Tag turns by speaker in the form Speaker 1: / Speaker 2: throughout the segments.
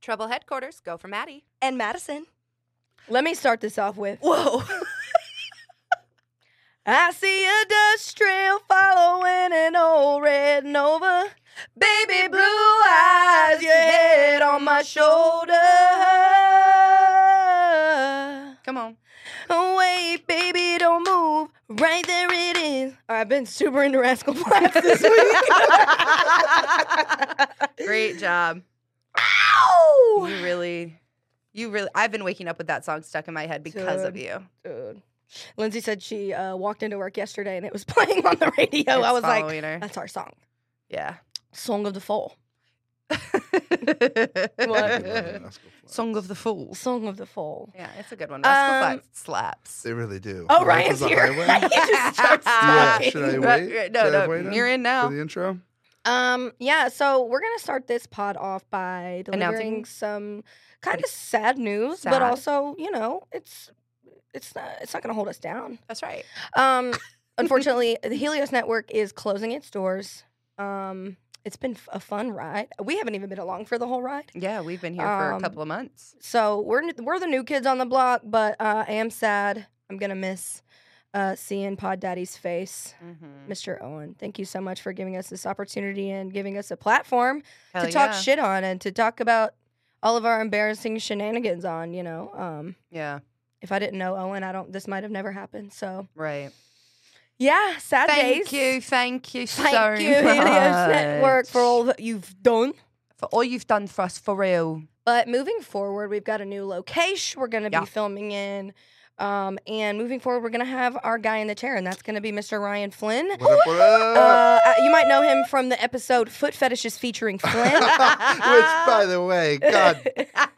Speaker 1: Trouble headquarters, go for Maddie.
Speaker 2: And Madison.
Speaker 3: Let me start this off with
Speaker 2: Whoa.
Speaker 3: I see a dust trail following an old red Nova. Baby blue eyes, your head on my shoulder.
Speaker 2: Come on.
Speaker 3: Oh, wait, baby, don't move. Right there it is. All right, I've been super into Rascal Flats this week.
Speaker 2: Great job.
Speaker 3: Ow!
Speaker 2: You really, you really, I've been waking up with that song stuck in my head because of
Speaker 3: Dude.
Speaker 2: you.
Speaker 3: Dude. Lindsay said she uh, walked into work yesterday and it was playing on the radio. I
Speaker 2: It's
Speaker 3: was like,
Speaker 2: following her.
Speaker 3: that's our song.
Speaker 2: yeah.
Speaker 3: Song of the Fall.
Speaker 2: Song of the Fools.
Speaker 3: Song of the Fall.
Speaker 2: Yeah, it's a good one.
Speaker 3: Rascal
Speaker 2: Um,
Speaker 3: Um,
Speaker 2: slaps.
Speaker 4: They really do.
Speaker 3: Oh,
Speaker 4: Life
Speaker 3: Ryan's
Speaker 4: is a
Speaker 3: here.
Speaker 4: highway.
Speaker 3: he just starts
Speaker 4: Yeah,
Speaker 3: talking.
Speaker 4: should I
Speaker 2: Right,
Speaker 4: wait?
Speaker 2: right.
Speaker 4: Should I
Speaker 2: No,
Speaker 4: wait
Speaker 2: no,
Speaker 4: on
Speaker 2: you're in
Speaker 4: for
Speaker 2: now.
Speaker 4: the intro?
Speaker 3: Um, yeah, so we're gonna start this pod off by delivering
Speaker 2: Announcing?
Speaker 3: some kind of sad news, but
Speaker 2: Sad.
Speaker 3: also, you know, it's it's not it's not gonna hold us down.
Speaker 2: That's right.
Speaker 3: Um, unfortunately, the Helios Network is closing its doors. Um, it's been f- a fun ride. We haven't even been along for the whole ride.
Speaker 2: Yeah, we've been here for
Speaker 3: Um,
Speaker 2: a couple of months.
Speaker 3: So we're n- we're the new kids on the block, but uh, I am sad. I'm gonna miss uh, seeing Pod Daddy's face.
Speaker 2: mm-hmm. Mm,
Speaker 3: Mr. Owen, thank you so much for giving us this opportunity and giving us a platform
Speaker 2: Hell
Speaker 3: to talk
Speaker 2: yeah.
Speaker 3: shit on and to talk about all of our embarrassing shenanigans on, you know. Um,
Speaker 2: Yeah,
Speaker 3: if I didn't know Owen, I don't this might have never happened. So
Speaker 2: right.
Speaker 3: yeah, sad
Speaker 2: Thank
Speaker 3: days.
Speaker 2: you, thank you so
Speaker 3: Thank you, Helios
Speaker 2: much.
Speaker 3: Network, for all that you've done.
Speaker 2: for all you've done for us for real.
Speaker 3: But moving forward, we've got a new location we're gonna
Speaker 2: Yeah.
Speaker 3: be filming in. Um, and moving forward, we're gonna have our guy in the chair, and that's gonna be Mr. Ryan Flynn.
Speaker 4: What up, what up?
Speaker 3: Uh, you might know him from the episode Foot Fetishes featuring Flynn.
Speaker 4: Which, by the way, God,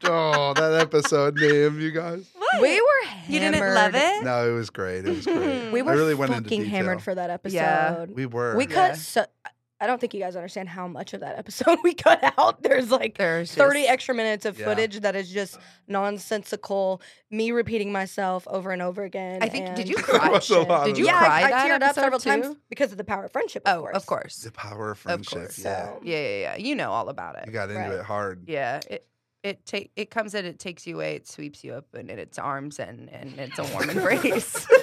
Speaker 4: oh, that episode name, you guys.
Speaker 3: we were hammered.
Speaker 1: You didn't love
Speaker 2: Eh?
Speaker 1: it?
Speaker 4: No, it was great. It was great.
Speaker 3: Hmm. We
Speaker 4: I
Speaker 3: were
Speaker 4: really went into
Speaker 3: fucking hammered
Speaker 4: detail.
Speaker 3: for that episode.
Speaker 2: Yeah.
Speaker 3: We,
Speaker 4: We were.
Speaker 3: cut
Speaker 2: Yeah.
Speaker 3: so. I don't think you guys understand how much of that episode we cut out. There's like
Speaker 2: There's
Speaker 3: 30
Speaker 2: just-
Speaker 3: extra minutes of
Speaker 4: Yeah.
Speaker 3: footage that is just nonsensical. Me repeating myself over and over again.
Speaker 2: I think. Did
Speaker 3: and
Speaker 2: you
Speaker 3: just
Speaker 2: cry?
Speaker 4: That was a lot
Speaker 2: Did
Speaker 4: of
Speaker 2: you
Speaker 3: yeah,
Speaker 2: cry
Speaker 3: I, I
Speaker 2: that
Speaker 3: teared up
Speaker 2: episode
Speaker 3: several times
Speaker 2: too?
Speaker 3: because of the power of friendship.
Speaker 2: Oh,
Speaker 3: of course.
Speaker 2: of course.
Speaker 4: the power of
Speaker 2: Of
Speaker 4: friendship.
Speaker 2: course.
Speaker 4: yeah.
Speaker 3: So-
Speaker 2: Yeah, yeah, yeah. You know all about it.
Speaker 4: You got into
Speaker 3: Right.
Speaker 4: it hard.
Speaker 2: Yeah, it it take it comes in, it takes you away, it sweeps you up in its arms, and and it's a warm embrace.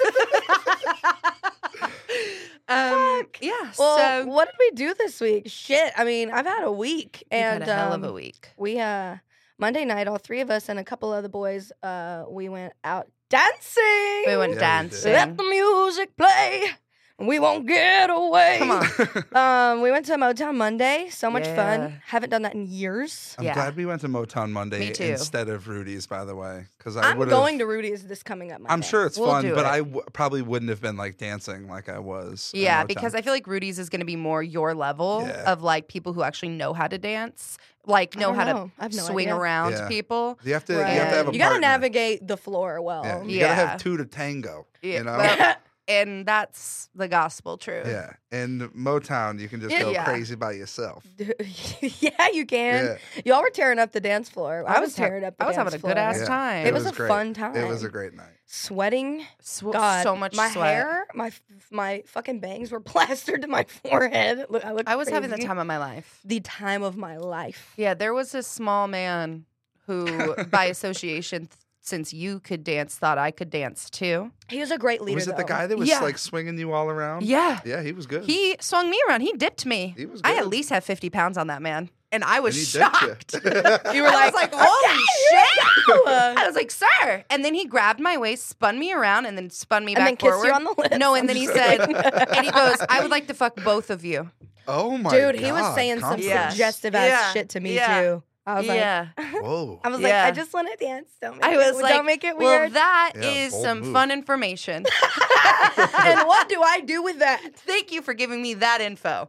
Speaker 2: um, yeah.
Speaker 3: Well,
Speaker 2: so
Speaker 3: what did we do this week? Shit. I mean, I've had a week and
Speaker 2: you've had a hell of a
Speaker 3: um,
Speaker 2: week.
Speaker 3: We uh Monday night, all three of us and a couple of the boys, uh, we went out dancing.
Speaker 2: We went
Speaker 4: Yeah, we did.
Speaker 2: dancing.
Speaker 3: Let the music play. We won't get away.
Speaker 2: Come on.
Speaker 3: Um, we went to Motown Monday. So much
Speaker 2: Yeah.
Speaker 3: fun. Haven't done that in years.
Speaker 4: I'm
Speaker 2: Yeah.
Speaker 4: glad we went to Motown Monday
Speaker 2: Me too.
Speaker 4: instead of Rudy's, by the way, because I
Speaker 3: I'm
Speaker 4: would
Speaker 3: going to Rudy's this coming up. Monday.
Speaker 4: I'm sure it's
Speaker 2: We'll
Speaker 4: fun,
Speaker 2: do
Speaker 4: but
Speaker 2: it.
Speaker 4: I w- probably wouldn't have been like dancing like I was. at
Speaker 2: Yeah,
Speaker 4: Motown.
Speaker 2: because I feel like Rudy's is going to be more your level
Speaker 4: Yeah.
Speaker 2: of like people who actually know how to dance, like
Speaker 3: I
Speaker 2: know
Speaker 3: don't
Speaker 2: how
Speaker 3: know. I have
Speaker 2: to
Speaker 3: no
Speaker 2: swing
Speaker 3: idea.
Speaker 2: around
Speaker 4: Yeah.
Speaker 2: people.
Speaker 4: you have to you have
Speaker 2: Right.
Speaker 4: to have a
Speaker 3: You gotta
Speaker 4: partner.
Speaker 3: navigate the floor well.
Speaker 4: Yeah, you
Speaker 2: Yeah.
Speaker 4: gotta have two to tango.
Speaker 2: Yeah,
Speaker 4: You know.
Speaker 2: well, and that's the gospel truth.
Speaker 4: yeah, and Motown, you can just
Speaker 3: Yeah.
Speaker 4: go
Speaker 2: Yeah.
Speaker 4: crazy by yourself.
Speaker 3: yeah, you can.
Speaker 4: Yeah,
Speaker 3: Y'all were tearing up the dance floor. I,
Speaker 2: I
Speaker 3: was,
Speaker 2: was ha-
Speaker 3: tearing up. The
Speaker 2: I was
Speaker 3: dance
Speaker 2: having a
Speaker 3: floor.
Speaker 2: good ass
Speaker 4: Yeah.
Speaker 2: time.
Speaker 3: It, was,
Speaker 4: was
Speaker 3: a
Speaker 4: great.
Speaker 3: fun time.
Speaker 4: it was a great night.
Speaker 3: sweating.
Speaker 2: Sw-
Speaker 3: God,
Speaker 2: so much
Speaker 3: my
Speaker 2: sweat.
Speaker 3: hair, my f- my fucking bangs were plastered to my forehead. Look, I look.
Speaker 2: I was having the
Speaker 3: crazy.
Speaker 2: time of my life.
Speaker 3: the time of my life.
Speaker 2: Yeah, there was a small man who, by association, th- since you could dance, thought I could dance too.
Speaker 3: He was a great leader.
Speaker 4: was it the
Speaker 3: though.
Speaker 4: guy that was
Speaker 2: Yeah.
Speaker 4: like swinging you all around?
Speaker 2: Yeah.
Speaker 4: yeah, he was good.
Speaker 2: He swung me around. He dipped me.
Speaker 4: Oh He was
Speaker 2: I
Speaker 4: good.
Speaker 2: at least have 50 pounds on that man. And I was
Speaker 4: And
Speaker 2: shocked.
Speaker 4: he dipped
Speaker 2: You were like,
Speaker 3: like,
Speaker 2: holy shit.
Speaker 3: Wow.
Speaker 2: I was like, sir. And then he grabbed my waist, spun me around, and then spun me
Speaker 3: and
Speaker 2: back
Speaker 3: then kissed
Speaker 2: forward.
Speaker 3: you on the lips.
Speaker 2: no, and
Speaker 3: I'm
Speaker 2: then he
Speaker 3: just
Speaker 2: said,
Speaker 3: kidding.
Speaker 2: and he goes, I would like to fuck both of you.
Speaker 4: oh my
Speaker 3: "Dude, he was
Speaker 4: God,
Speaker 3: saying some
Speaker 2: confidence.
Speaker 3: suggestive ass
Speaker 2: Yeah.
Speaker 3: shit to me
Speaker 2: Yeah.
Speaker 3: too." I was like,
Speaker 2: yeah.
Speaker 4: Whoa.
Speaker 3: "I was
Speaker 2: Yeah.
Speaker 3: like, I just want to dance. Don't make
Speaker 2: I
Speaker 3: it,
Speaker 2: was
Speaker 3: don't
Speaker 2: like,
Speaker 3: make it
Speaker 2: well,
Speaker 3: weird."
Speaker 2: that is
Speaker 4: Yeah, bold
Speaker 2: some
Speaker 4: move.
Speaker 2: fun information.
Speaker 3: and what do I do with that?
Speaker 2: Thank you for giving me that info.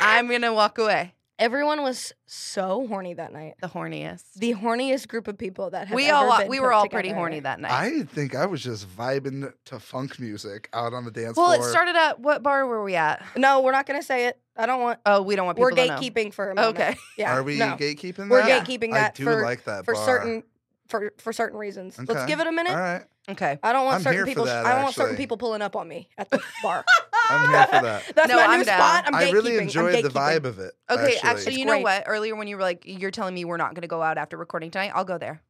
Speaker 2: I'm gonna walk away.
Speaker 3: Everyone was so horny that night.
Speaker 2: The horniest.
Speaker 3: The horniest group of people that have
Speaker 2: we
Speaker 3: ever
Speaker 2: all wa-
Speaker 3: been
Speaker 2: we
Speaker 3: put
Speaker 2: were all
Speaker 3: together.
Speaker 2: pretty horny that night.
Speaker 4: I think I was just vibing to funk music out on the dance
Speaker 2: well,
Speaker 4: floor.
Speaker 2: it started at what bar were we at?
Speaker 3: No, we're not gonna say it. I don't want.
Speaker 2: Oh, we don't want people
Speaker 3: We're
Speaker 2: to know.
Speaker 3: gatekeeping for a moment.
Speaker 2: Okay.
Speaker 3: Yeah.
Speaker 4: Are we
Speaker 3: no.
Speaker 4: gatekeeping that?
Speaker 3: We're gatekeeping
Speaker 4: I
Speaker 3: that
Speaker 4: do
Speaker 3: for
Speaker 4: like that
Speaker 3: for
Speaker 4: bar.
Speaker 3: certain for for certain reasons. Let's
Speaker 4: Okay.
Speaker 3: give it a minute.
Speaker 4: All right.
Speaker 2: Okay.
Speaker 3: I don't want
Speaker 4: I'm
Speaker 3: certain
Speaker 4: here for
Speaker 3: people.
Speaker 4: that,
Speaker 3: I don't want certain
Speaker 4: actually.
Speaker 3: people pulling up on me at the bar.
Speaker 4: I'm here for that.
Speaker 3: That's
Speaker 2: No,
Speaker 3: my
Speaker 2: I'm
Speaker 3: new
Speaker 2: down.
Speaker 3: spot. I'm
Speaker 4: I really
Speaker 3: gatekeeping. I'm
Speaker 4: enjoyed the
Speaker 3: gatekeeping.
Speaker 4: vibe of it.
Speaker 2: Okay, actually,
Speaker 3: It's
Speaker 2: you know
Speaker 3: great.
Speaker 2: what? Earlier when you were like, you're telling me we're not going to go out after recording tonight, I'll go there.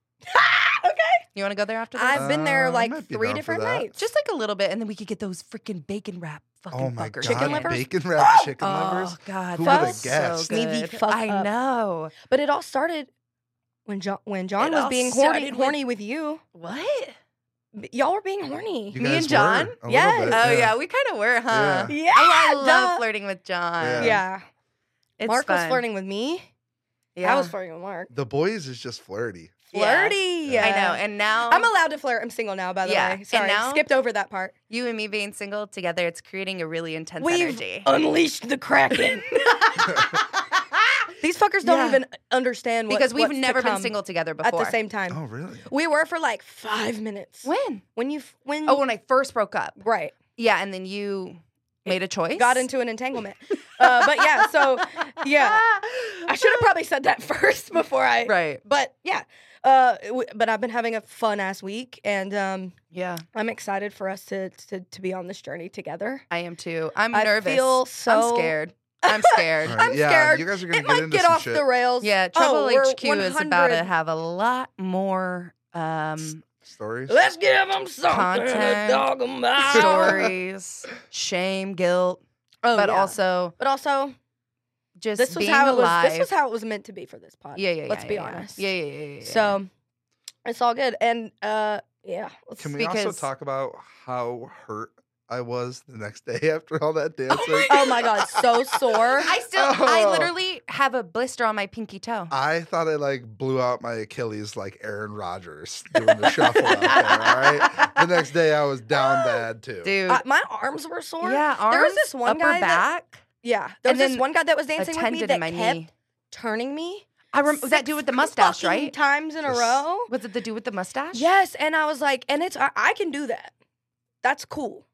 Speaker 3: okay.
Speaker 2: You want to go there after this?
Speaker 3: I've been
Speaker 4: Uh, I
Speaker 3: there like
Speaker 4: might be
Speaker 3: three
Speaker 4: down for
Speaker 3: different
Speaker 4: that.
Speaker 3: nights.
Speaker 2: Just like a little bit, and then we could get those freaking bacon wrap fucking
Speaker 4: Oh my
Speaker 2: fuckers.
Speaker 4: god,
Speaker 3: Chicken
Speaker 2: in.
Speaker 3: livers?
Speaker 4: bacon wrapped
Speaker 3: Oh!
Speaker 4: chicken livers.
Speaker 2: Oh god,
Speaker 4: Who
Speaker 2: that
Speaker 3: would've
Speaker 2: was
Speaker 4: guessed?
Speaker 2: So
Speaker 3: Me the
Speaker 2: good.
Speaker 3: fuck
Speaker 2: I
Speaker 3: up.
Speaker 2: know.
Speaker 3: But it all started when John when John
Speaker 2: It
Speaker 3: was
Speaker 2: all
Speaker 3: being horny
Speaker 2: started with-
Speaker 3: horny with you.
Speaker 2: What?
Speaker 3: B- Y'all were being horny.
Speaker 4: You
Speaker 2: Me
Speaker 4: guys
Speaker 2: and John?
Speaker 4: were, a little
Speaker 3: Yes.
Speaker 4: bit,
Speaker 2: Oh yeah, we kind of were, huh?
Speaker 3: yeah.
Speaker 2: Oh, I love
Speaker 3: duh.
Speaker 2: flirting with John.
Speaker 4: Yeah.
Speaker 3: Yeah.
Speaker 2: It's
Speaker 3: Mark was
Speaker 2: fun.
Speaker 3: flirting with me.
Speaker 2: Yeah,
Speaker 3: I was flirting with Mark.
Speaker 4: The boys is just flirty.
Speaker 2: Yeah.
Speaker 3: Flirty.
Speaker 4: Yeah.
Speaker 2: I know. And now
Speaker 3: I'm allowed to flirt. I'm single now, by the
Speaker 2: Yeah.
Speaker 3: way.
Speaker 2: And
Speaker 3: Sorry,
Speaker 2: now-
Speaker 3: skipped over that part.
Speaker 2: you and me being single together. It's creating a really intense
Speaker 3: We've-
Speaker 2: energy.
Speaker 3: Unleashed the Kraken. These fuckers don't
Speaker 2: Yeah.
Speaker 3: even understand what,
Speaker 2: because we've
Speaker 3: what's to
Speaker 2: never been
Speaker 3: come
Speaker 2: single together
Speaker 3: at
Speaker 2: before.
Speaker 3: the same time.
Speaker 4: Oh really?
Speaker 3: We were for like five minutes.
Speaker 2: when?
Speaker 3: When you f- when
Speaker 2: Oh, when I first broke up.
Speaker 3: right
Speaker 2: Yeah, and then you made a choice.
Speaker 3: got into an entanglement. uh, but yeah, so yeah, I should have probably said that first before I.
Speaker 2: Right.
Speaker 3: But yeah, uh, w- but I've been having a fun ass week, and um,
Speaker 2: Yeah,
Speaker 3: I'm excited for us to to, to be on this journey together.
Speaker 2: I am too. I'm
Speaker 3: I
Speaker 2: nervous.
Speaker 3: feel so
Speaker 2: I'm scared. I'm scared.
Speaker 4: All
Speaker 3: I'm
Speaker 4: yeah,
Speaker 3: scared.
Speaker 4: You guys are gonna
Speaker 3: It
Speaker 4: get
Speaker 3: might
Speaker 4: into
Speaker 3: get
Speaker 4: some
Speaker 3: off
Speaker 4: shit.
Speaker 3: the rails.
Speaker 2: Yeah,
Speaker 3: Oh,
Speaker 2: Trouble
Speaker 3: we're
Speaker 2: HQ is about
Speaker 3: 100
Speaker 2: to have a lot more um,
Speaker 4: Stories.
Speaker 3: Let's give them something to
Speaker 2: Content.
Speaker 3: dog 'em out.
Speaker 2: stories, shame, guilt,
Speaker 3: Oh,
Speaker 2: but
Speaker 3: yeah.
Speaker 2: also
Speaker 3: but also,
Speaker 2: just
Speaker 3: this was
Speaker 2: being
Speaker 3: how it
Speaker 2: alive.
Speaker 3: was. This was how it was meant to be for this podcast.
Speaker 2: yeah, yeah, yeah.
Speaker 3: Let's be
Speaker 2: yeah, yeah.
Speaker 3: honest.
Speaker 2: Yeah, yeah, yeah. yeah, yeah.
Speaker 3: So it's all good. And uh yeah. let's-
Speaker 4: Can we also
Speaker 2: because-
Speaker 4: talk about how hurt I was the next day after all that dancing?
Speaker 3: oh my god, so sore.
Speaker 2: I still, I
Speaker 4: Oh. Ah,
Speaker 2: literally have a blister on my pinky toe.
Speaker 4: I thought I like blew out my Achilles like Aaron Rodgers doing the shuffle out there. All right. The next day I was down bad too.
Speaker 2: Dude,
Speaker 3: Uh, my arms were sore.
Speaker 2: yeah, arms,
Speaker 3: there was this one
Speaker 2: upper
Speaker 3: guy that-
Speaker 2: back,
Speaker 3: Yeah. There
Speaker 2: And
Speaker 3: was this
Speaker 2: then
Speaker 3: one guy that was
Speaker 2: a
Speaker 3: dancing with me
Speaker 2: tendon
Speaker 3: that
Speaker 2: in my
Speaker 3: kept
Speaker 2: knee.
Speaker 3: turning me.
Speaker 2: I remember that
Speaker 3: six
Speaker 2: dude with the mustache,
Speaker 3: fucking
Speaker 2: right?
Speaker 3: Times in a
Speaker 4: Just-
Speaker 3: row.
Speaker 2: Was it the dude with the mustache?
Speaker 3: Yes, and I was like, and it's I, I can do that. That's cool.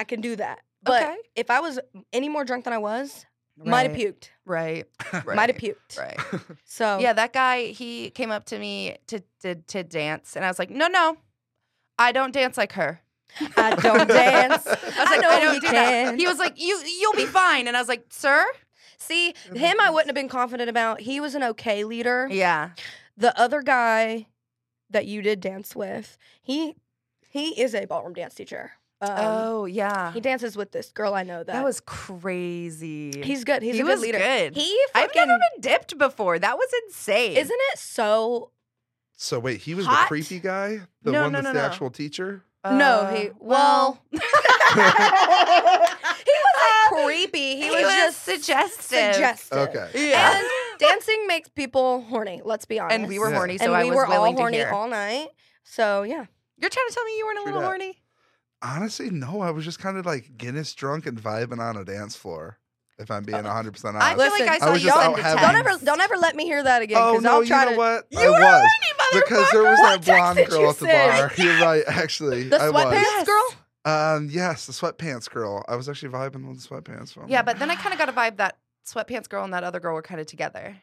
Speaker 3: I can do that. But
Speaker 2: Okay.
Speaker 3: if I was any more drunk than I was,
Speaker 2: right,
Speaker 3: might have puked.
Speaker 2: Right, right,
Speaker 3: Might have puked.
Speaker 2: Right.
Speaker 3: So
Speaker 2: Yeah, that guy, he came up to me to, to to dance, and I was like, no, no, I don't dance like her.
Speaker 3: I don't dance.
Speaker 4: I was
Speaker 2: I was like,
Speaker 3: know
Speaker 2: I don't
Speaker 3: you
Speaker 2: do
Speaker 3: can.
Speaker 2: that. He was like, you you'll be fine, and I was like, sir,
Speaker 3: See,
Speaker 2: Mm-hmm.
Speaker 3: him I wouldn't have been confident about. He was an okay leader.
Speaker 2: yeah,
Speaker 3: The other guy that you did dance with, he he is a ballroom dance teacher. Um,
Speaker 2: oh yeah,
Speaker 3: he dances with this girl I know that.
Speaker 2: that, was crazy.
Speaker 3: he's good. He's
Speaker 2: he
Speaker 3: a good
Speaker 2: was
Speaker 3: leader.
Speaker 2: good.
Speaker 3: He
Speaker 2: I've
Speaker 3: fucking
Speaker 2: never been dipped before. That was insane.
Speaker 3: isn't it so?
Speaker 4: So wait, he was
Speaker 3: Hot?
Speaker 4: the creepy guy? The
Speaker 2: No,
Speaker 4: one
Speaker 2: no,
Speaker 4: that's
Speaker 2: no,
Speaker 4: the
Speaker 2: no.
Speaker 4: actual teacher?
Speaker 3: no,
Speaker 2: Uh,
Speaker 3: he well, he was like creepy.
Speaker 2: uh,
Speaker 3: He,
Speaker 2: he,
Speaker 3: was,
Speaker 2: was,
Speaker 3: just
Speaker 2: suggestive.
Speaker 3: suggestive.
Speaker 4: Okay.
Speaker 2: Yeah.
Speaker 3: And dancing makes people horny. Let's be honest.
Speaker 2: And, we were
Speaker 4: Yeah.
Speaker 2: horny, so
Speaker 3: and
Speaker 2: I
Speaker 3: we
Speaker 2: was
Speaker 3: were all
Speaker 2: willing
Speaker 3: horny
Speaker 2: to hear.
Speaker 3: all night. So yeah.
Speaker 2: You're trying to tell me you weren't a
Speaker 4: True
Speaker 2: little
Speaker 4: that.
Speaker 2: horny?
Speaker 4: Honestly, no. I was just kind of like Guinness drunk and vibing on a dance floor, if I'm being 100% honest.
Speaker 2: I feel
Speaker 3: Listen,
Speaker 2: like I
Speaker 3: Uh, I
Speaker 2: saw
Speaker 4: was
Speaker 2: you
Speaker 4: just
Speaker 2: send
Speaker 4: out
Speaker 2: a
Speaker 4: having-
Speaker 2: text.
Speaker 3: Don't ever, don't ever let me hear that again.
Speaker 4: Oh
Speaker 3: 'cause I'll
Speaker 4: no! You
Speaker 3: try
Speaker 4: know
Speaker 3: to,
Speaker 4: what?
Speaker 2: You
Speaker 4: I
Speaker 2: were
Speaker 4: was
Speaker 2: horny,
Speaker 4: because there was
Speaker 3: What text
Speaker 4: that blonde
Speaker 3: did you
Speaker 4: girl at the
Speaker 3: send?
Speaker 4: bar. You're right. Actually,
Speaker 3: The
Speaker 4: I was.
Speaker 3: sweatpants girl.
Speaker 4: Um, yes, the sweatpants girl. I was actually vibing on the sweatpants one.
Speaker 2: Yeah, but then I kind of got a vibe that sweatpants girl and that other girl were kind of together.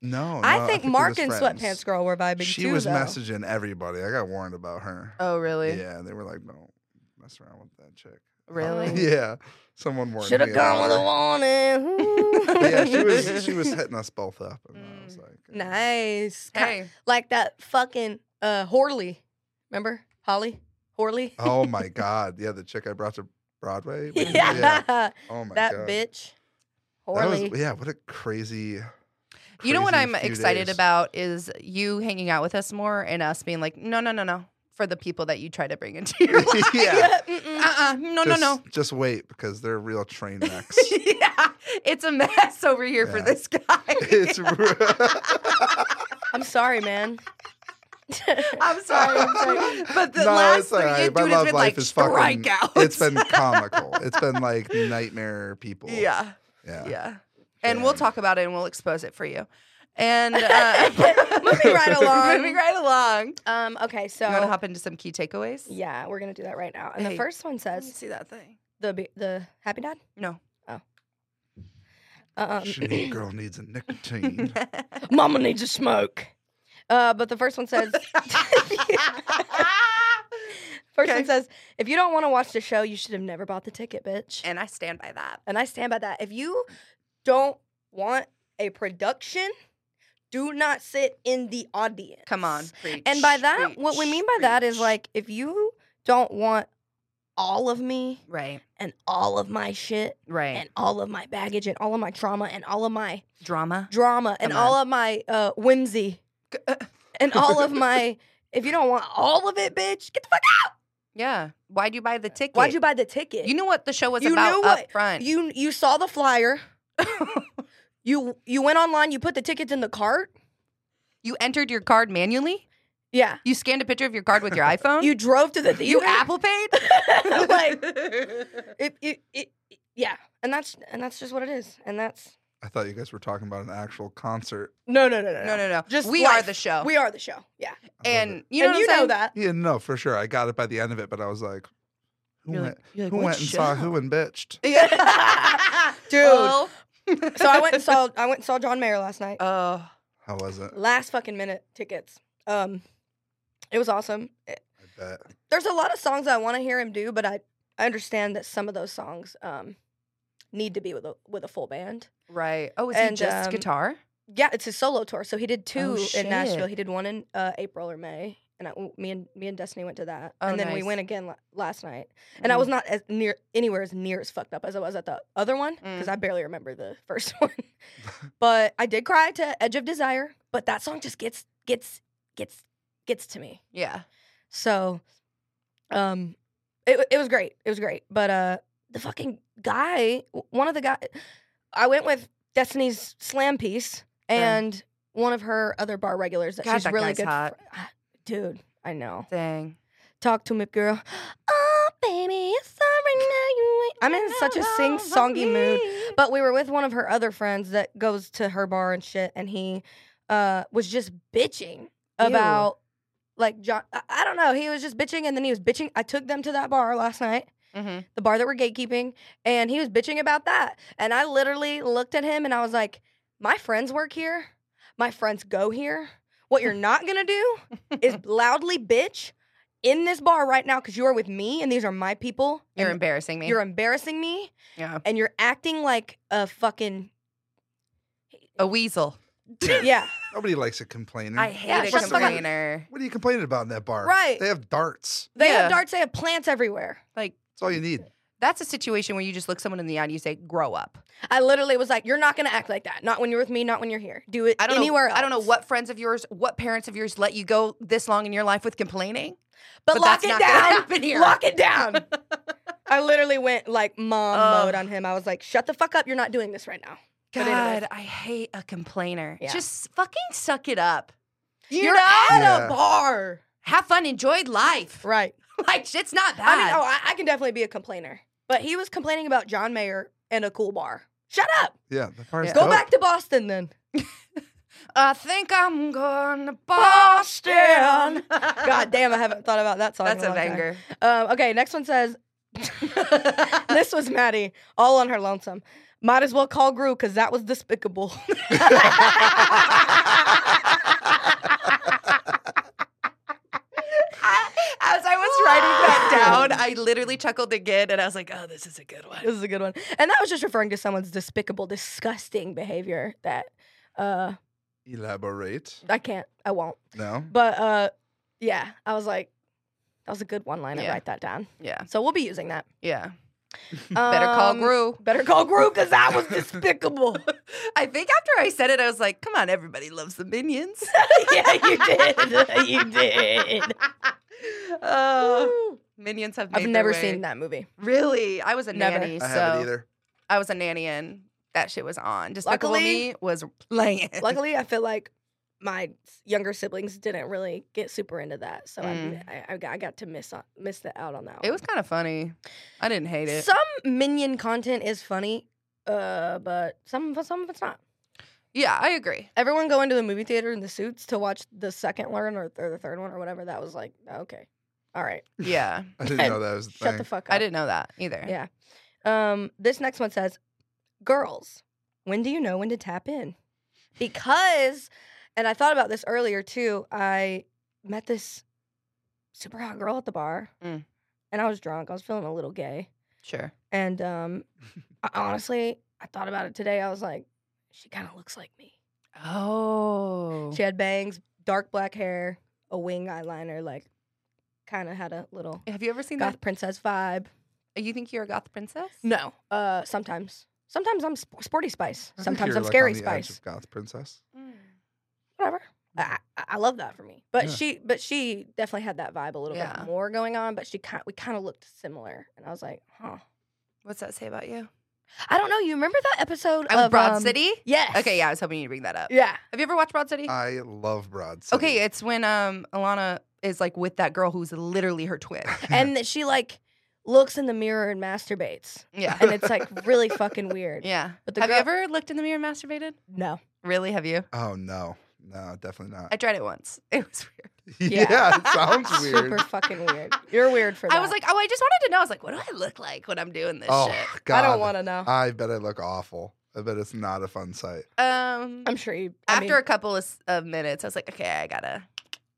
Speaker 4: no, no,
Speaker 3: I think
Speaker 4: we
Speaker 3: Mark
Speaker 4: was
Speaker 3: and
Speaker 4: friends.
Speaker 3: sweatpants girl were vibing
Speaker 4: She
Speaker 3: too.
Speaker 4: was
Speaker 3: though.
Speaker 4: messaging everybody. I got warned about her.
Speaker 2: Oh, really?
Speaker 4: Yeah, they were like, "Don't mess around with that chick."
Speaker 2: Really?
Speaker 4: yeah, someone warned
Speaker 3: Should
Speaker 4: me
Speaker 3: have gone
Speaker 4: about
Speaker 3: with a
Speaker 4: her.
Speaker 3: warning.
Speaker 4: yeah, she was she was hitting us both up, and I was
Speaker 2: Mm.
Speaker 4: like, uh,
Speaker 3: nice. Ki-
Speaker 2: Hey,
Speaker 3: like that fucking uh Horley. Remember Holly Horley?
Speaker 4: "Oh my god, yeah, the chick I brought to Broadway."
Speaker 3: yeah,
Speaker 4: Oh my
Speaker 3: that
Speaker 4: god.
Speaker 3: bitch.
Speaker 4: That
Speaker 3: Horley.
Speaker 4: was, yeah, what a crazy.
Speaker 2: you know what
Speaker 4: crazy
Speaker 2: I'm
Speaker 4: few
Speaker 2: excited
Speaker 4: days.
Speaker 2: about is you hanging out with us more and us being like, no, no, no, no, for the people that you try to bring into your life.
Speaker 4: yeah.
Speaker 3: mm-mm.
Speaker 2: Uh-uh. No,
Speaker 4: just,
Speaker 2: no, no.
Speaker 4: Just wait because they're real train wrecks.
Speaker 2: yeah, it's a mess over here for
Speaker 4: Yeah.
Speaker 2: this guy.
Speaker 4: it's.
Speaker 3: I'm sorry, man.
Speaker 2: I'm sorry, I'm sorry. but the
Speaker 4: No,
Speaker 2: last
Speaker 4: it's
Speaker 2: three,
Speaker 4: all right.
Speaker 2: dude
Speaker 4: My
Speaker 2: has
Speaker 4: love
Speaker 2: been
Speaker 4: life
Speaker 2: like
Speaker 4: is fucking-
Speaker 2: strikeouts.
Speaker 4: it's been comical. It's been like nightmare people.
Speaker 2: yeah,
Speaker 4: Yeah.
Speaker 2: yeah, and we'll
Speaker 4: Yeah.
Speaker 2: talk about it and we'll expose it for you. And uh,
Speaker 3: Moving right along.
Speaker 2: moving right along.
Speaker 3: Um. Okay. So.
Speaker 2: you want to hop into some key takeaways?
Speaker 3: Yeah, we're gonna do that right now. And the
Speaker 2: Hey.
Speaker 3: first one
Speaker 2: Let me
Speaker 3: says
Speaker 2: see that thing.
Speaker 3: the be- the happy dad.
Speaker 4: Mm.
Speaker 2: No.
Speaker 3: Um,
Speaker 4: Shitty girl needs a nicotine.
Speaker 3: Mama needs a smoke. Uh, but the first one says. Person
Speaker 2: Okay.
Speaker 3: says, if you don't want to watch the show, you should have never bought the ticket, bitch.
Speaker 1: And I stand by that.
Speaker 3: And I stand by that. If you don't want a production, do not sit in the audience.
Speaker 2: Come on. Preach.
Speaker 3: And by that, what we
Speaker 2: preach,
Speaker 3: mean by that is
Speaker 2: preach.
Speaker 3: like, if you don't want all of me
Speaker 2: Right,
Speaker 3: and all of my shit
Speaker 2: right.
Speaker 3: and all of my baggage and all of my trauma and all of my
Speaker 2: Drama.
Speaker 3: drama and
Speaker 2: Come uh.
Speaker 3: all of my uh, whimsy and all of my, if you don't want all of it, bitch, get the fuck out.
Speaker 2: Yeah. Why'd you buy the ticket?
Speaker 3: Uh, Why'd you buy the ticket?
Speaker 2: You knew what the show was
Speaker 3: You
Speaker 2: about
Speaker 3: knew
Speaker 2: up
Speaker 3: what-
Speaker 2: front.
Speaker 3: you you saw the flyer. you you went online. You put the tickets in the cart.
Speaker 2: you entered your card manually.
Speaker 3: Yeah.
Speaker 2: You scanned a picture of your card with your iPhone.
Speaker 3: You drove to the theater.
Speaker 2: you Apple paid.
Speaker 3: like it, it, it, yeah. And that's and that's just what it is. And that's
Speaker 4: I thought you guys were talking about an actual concert.
Speaker 3: no no no no
Speaker 2: no, no, no.
Speaker 3: Just
Speaker 2: we
Speaker 3: life.
Speaker 2: are the show.
Speaker 3: We are the show. Yeah.
Speaker 4: I love
Speaker 2: and
Speaker 4: it.
Speaker 2: you know,
Speaker 3: and
Speaker 2: what
Speaker 3: you
Speaker 2: I'm
Speaker 3: know
Speaker 2: saying?
Speaker 3: that.
Speaker 4: yeah, no, for sure. I got it by the end of it, but I was like, who
Speaker 2: You're
Speaker 4: went,
Speaker 2: like- you're like,
Speaker 4: who
Speaker 2: "What
Speaker 4: went and saw
Speaker 2: show?"
Speaker 4: who and bitched?
Speaker 2: Yeah.
Speaker 3: Dude.
Speaker 2: Well,
Speaker 3: So I went and saw I went and saw John Mayer last night.
Speaker 2: Oh,
Speaker 4: How was it?
Speaker 3: last fucking minute tickets. Um, it was awesome. It-
Speaker 4: I bet.
Speaker 3: there's a lot of songs I want to hear him do, but I I understand that some of those songs um need to be with a with a full band.
Speaker 2: right. Oh, is
Speaker 3: And,
Speaker 2: he just
Speaker 3: um,
Speaker 2: guitar?
Speaker 3: Yeah, it's his solo tour. So he did two
Speaker 2: Oh, shit.
Speaker 3: in Nashville. He did one in uh, April or May, and I, me and me and Destiny went to that.
Speaker 2: Oh,
Speaker 3: and then we
Speaker 2: nice.
Speaker 3: went again la- last night. And I
Speaker 2: Mm.
Speaker 3: was not as near anywhere as near as fucked up as I was at the other one because
Speaker 2: Mm.
Speaker 3: I barely remember the first one. but I did cry to Edge of Desire. But that song just gets gets gets gets to me.
Speaker 2: yeah.
Speaker 3: So, um, it wa- it was great. It was great. But uh, the fucking guy, w- one of the guy, I went with Destiny's slam piece and one of her other bar regulars that
Speaker 2: God,
Speaker 3: she's
Speaker 2: that
Speaker 3: really
Speaker 2: guy's
Speaker 3: good.
Speaker 2: hot.
Speaker 3: fr- ah, Dude, I know.
Speaker 2: Dang.
Speaker 3: Talk to me, girl. Oh, baby, it's sorry now you ain't. I'm in such a sing songy mood. But we were with one of her other friends that goes to her bar and shit, and he uh, was just bitching about like John. I, I don't know. He was just bitching, and then he was bitching. I took them to that bar last night,
Speaker 2: hmm
Speaker 3: the bar that we're gatekeeping, and he was bitching about that. And I literally looked at him, and I was like, "My friends work here. My friends go here. What you're not gonna do is loudly bitch." In this bar right now, because you are with me and these are my people.
Speaker 2: You're
Speaker 3: and
Speaker 2: embarrassing me.
Speaker 3: you're embarrassing me
Speaker 2: yeah.
Speaker 3: and you're acting like a fucking
Speaker 2: A weasel.
Speaker 3: yeah
Speaker 4: Nobody likes a complainer.
Speaker 2: I hate
Speaker 3: Yeah,
Speaker 2: a
Speaker 3: shut the fuck up.
Speaker 2: complainer.
Speaker 4: What are you complaining about in that bar?
Speaker 3: Right.
Speaker 4: They have darts.
Speaker 3: they
Speaker 2: Yeah.
Speaker 3: have darts they have plants everywhere
Speaker 2: Like
Speaker 4: That's all you need.
Speaker 2: that's a situation where you just look someone in the eye and you say, "Grow up."
Speaker 3: i literally was like you're not gonna act like that not when you're with me not when you're here do it
Speaker 2: I don't
Speaker 3: anywhere
Speaker 2: know.
Speaker 3: else.
Speaker 2: I don't know what friends of yours, what parents of yours let you go this long in your life with complaining.
Speaker 3: but,
Speaker 2: but
Speaker 3: lock
Speaker 2: that's
Speaker 3: it
Speaker 2: not gonna
Speaker 3: down
Speaker 2: happen here.
Speaker 3: lock it down i literally went like mom
Speaker 2: Ugh.
Speaker 3: mode on him i was like shut the fuck up you're not doing this right now But anyways.
Speaker 2: God, I hate a complainer.
Speaker 3: Yeah.
Speaker 2: Just fucking suck it up. You
Speaker 3: are
Speaker 2: know?
Speaker 3: at
Speaker 4: Yeah.
Speaker 3: a bar
Speaker 2: Have fun, enjoy life.
Speaker 3: right
Speaker 2: Like shit's not
Speaker 3: i mean
Speaker 2: bad.
Speaker 3: oh I, I can definitely be a complainer but he was complaining about john mayer and a cool bar shut up
Speaker 4: Yeah, Oh. that bar's
Speaker 2: Yeah.
Speaker 3: go
Speaker 4: dope.
Speaker 3: back to boston then
Speaker 2: I think I'm going to Boston.
Speaker 3: god damn i haven't thought about that song in
Speaker 2: that's a
Speaker 3: a, long time.
Speaker 2: banger.
Speaker 3: Um, okay, next one says, "This was Maddie, all on her lonesome. Might as well call Gru because that was despicable."
Speaker 2: As I was writing that down, I literally chuckled again, and I was like, "Oh, this is a good one."
Speaker 3: this is a good one, and that was just referring to someone's despicable, disgusting behavior. That uh,
Speaker 4: Elaborate.
Speaker 3: I can't, I won't.
Speaker 4: No.
Speaker 3: But uh, yeah, I was like, that was a good one line. I
Speaker 2: Yeah.
Speaker 3: write that down.
Speaker 2: Yeah,
Speaker 3: So we'll be using that.
Speaker 2: yeah. Better call
Speaker 3: Um,
Speaker 2: Gru.
Speaker 3: Better call Gru because that was despicable.
Speaker 2: I think after I said it, I was like, "Come on, everybody loves the minions."
Speaker 3: yeah, you did. you did.
Speaker 2: Oh, minions have. Made
Speaker 3: I've
Speaker 2: their
Speaker 3: never
Speaker 2: way.
Speaker 3: seen that movie.
Speaker 2: Really, I was a
Speaker 3: Never.
Speaker 2: nanny,
Speaker 4: I haven't
Speaker 2: so
Speaker 4: either.
Speaker 2: I was a nanny, and that shit was on. Despicable
Speaker 3: Luckily-
Speaker 2: Me was playing.
Speaker 3: Luckily, I feel like my s- younger siblings didn't really get super into that, so I-
Speaker 2: Mm.
Speaker 3: I, I, got, I got to miss on, miss the out on that.
Speaker 2: it was kind of funny. I didn't hate it.
Speaker 3: some minion content is funny, uh, but some of- some of it's not.
Speaker 2: yeah, I agree.
Speaker 3: Everyone go into the movie theater in the suits to watch the second one or, or the third one or whatever. That was like okay, all right,
Speaker 2: Yeah,
Speaker 4: I didn't know that was a
Speaker 3: shut
Speaker 4: thing.
Speaker 3: the fuck up.
Speaker 2: I didn't know that either.
Speaker 3: Yeah. Um, this next one says, "Girls, when do you know when to tap in?" Because, and I thought about this earlier too. I met this super hot girl at the bar,
Speaker 2: Mm.
Speaker 3: and I was drunk. I was feeling a little gay,
Speaker 2: Sure.
Speaker 3: and um, I, honestly, I thought about it today. I was like, she kind of looks like me.
Speaker 2: Oh.
Speaker 3: She had bangs, dark black hair, a wing eyeliner, like kind of had a little
Speaker 2: Have you ever seen
Speaker 3: goth princess vibe.
Speaker 2: that? You think you're a goth princess?
Speaker 3: No, uh, sometimes. Sometimes I'm sp- sporty spice.
Speaker 4: I think
Speaker 3: Sometimes
Speaker 4: you're,
Speaker 3: I'm
Speaker 4: like,
Speaker 3: scary
Speaker 4: on the edge
Speaker 3: spice.
Speaker 4: of Goth princess.
Speaker 3: whatever. I, I I love that for me. But
Speaker 4: Yeah.
Speaker 3: she but she definitely had that vibe a little
Speaker 2: Yeah.
Speaker 3: bit more going on, but she kind we kind of looked similar. And I was like, "Huh.
Speaker 2: What's that say about you?
Speaker 3: I don't know, you remember that episode
Speaker 2: I was
Speaker 3: of,
Speaker 2: Broad
Speaker 3: um,
Speaker 2: City.
Speaker 3: Yes.
Speaker 2: Okay, yeah, I was hoping you'd bring that up.
Speaker 3: Yeah. Uh,
Speaker 2: Have you ever watched Broad City?
Speaker 4: I love Broad City.
Speaker 2: okay, it's when um Alana is like with that girl who's literally her twin.
Speaker 3: And that she like looks in the mirror and masturbates.
Speaker 2: Yeah.
Speaker 3: And it's like really fucking weird.
Speaker 2: Yeah.
Speaker 3: But the
Speaker 2: Have you
Speaker 3: girl-
Speaker 2: ever looked in the mirror and masturbated?
Speaker 3: No.
Speaker 2: Really? Have you?
Speaker 4: oh no, no, definitely not.
Speaker 2: I tried it once. It was weird.
Speaker 4: yeah. it sounds weird.
Speaker 3: Super fucking weird. You're weird for that.
Speaker 2: I was like, oh, I just wanted to know. I was like, what do I look like when I'm doing this
Speaker 4: oh
Speaker 2: shit?
Speaker 4: God,
Speaker 3: I don't want to know.
Speaker 4: I bet I look awful. I bet it's not a fun sight.
Speaker 2: Um,
Speaker 3: I'm sure you I
Speaker 2: after
Speaker 3: mean,
Speaker 2: a couple of, s- of minutes, I was like, okay, I gotta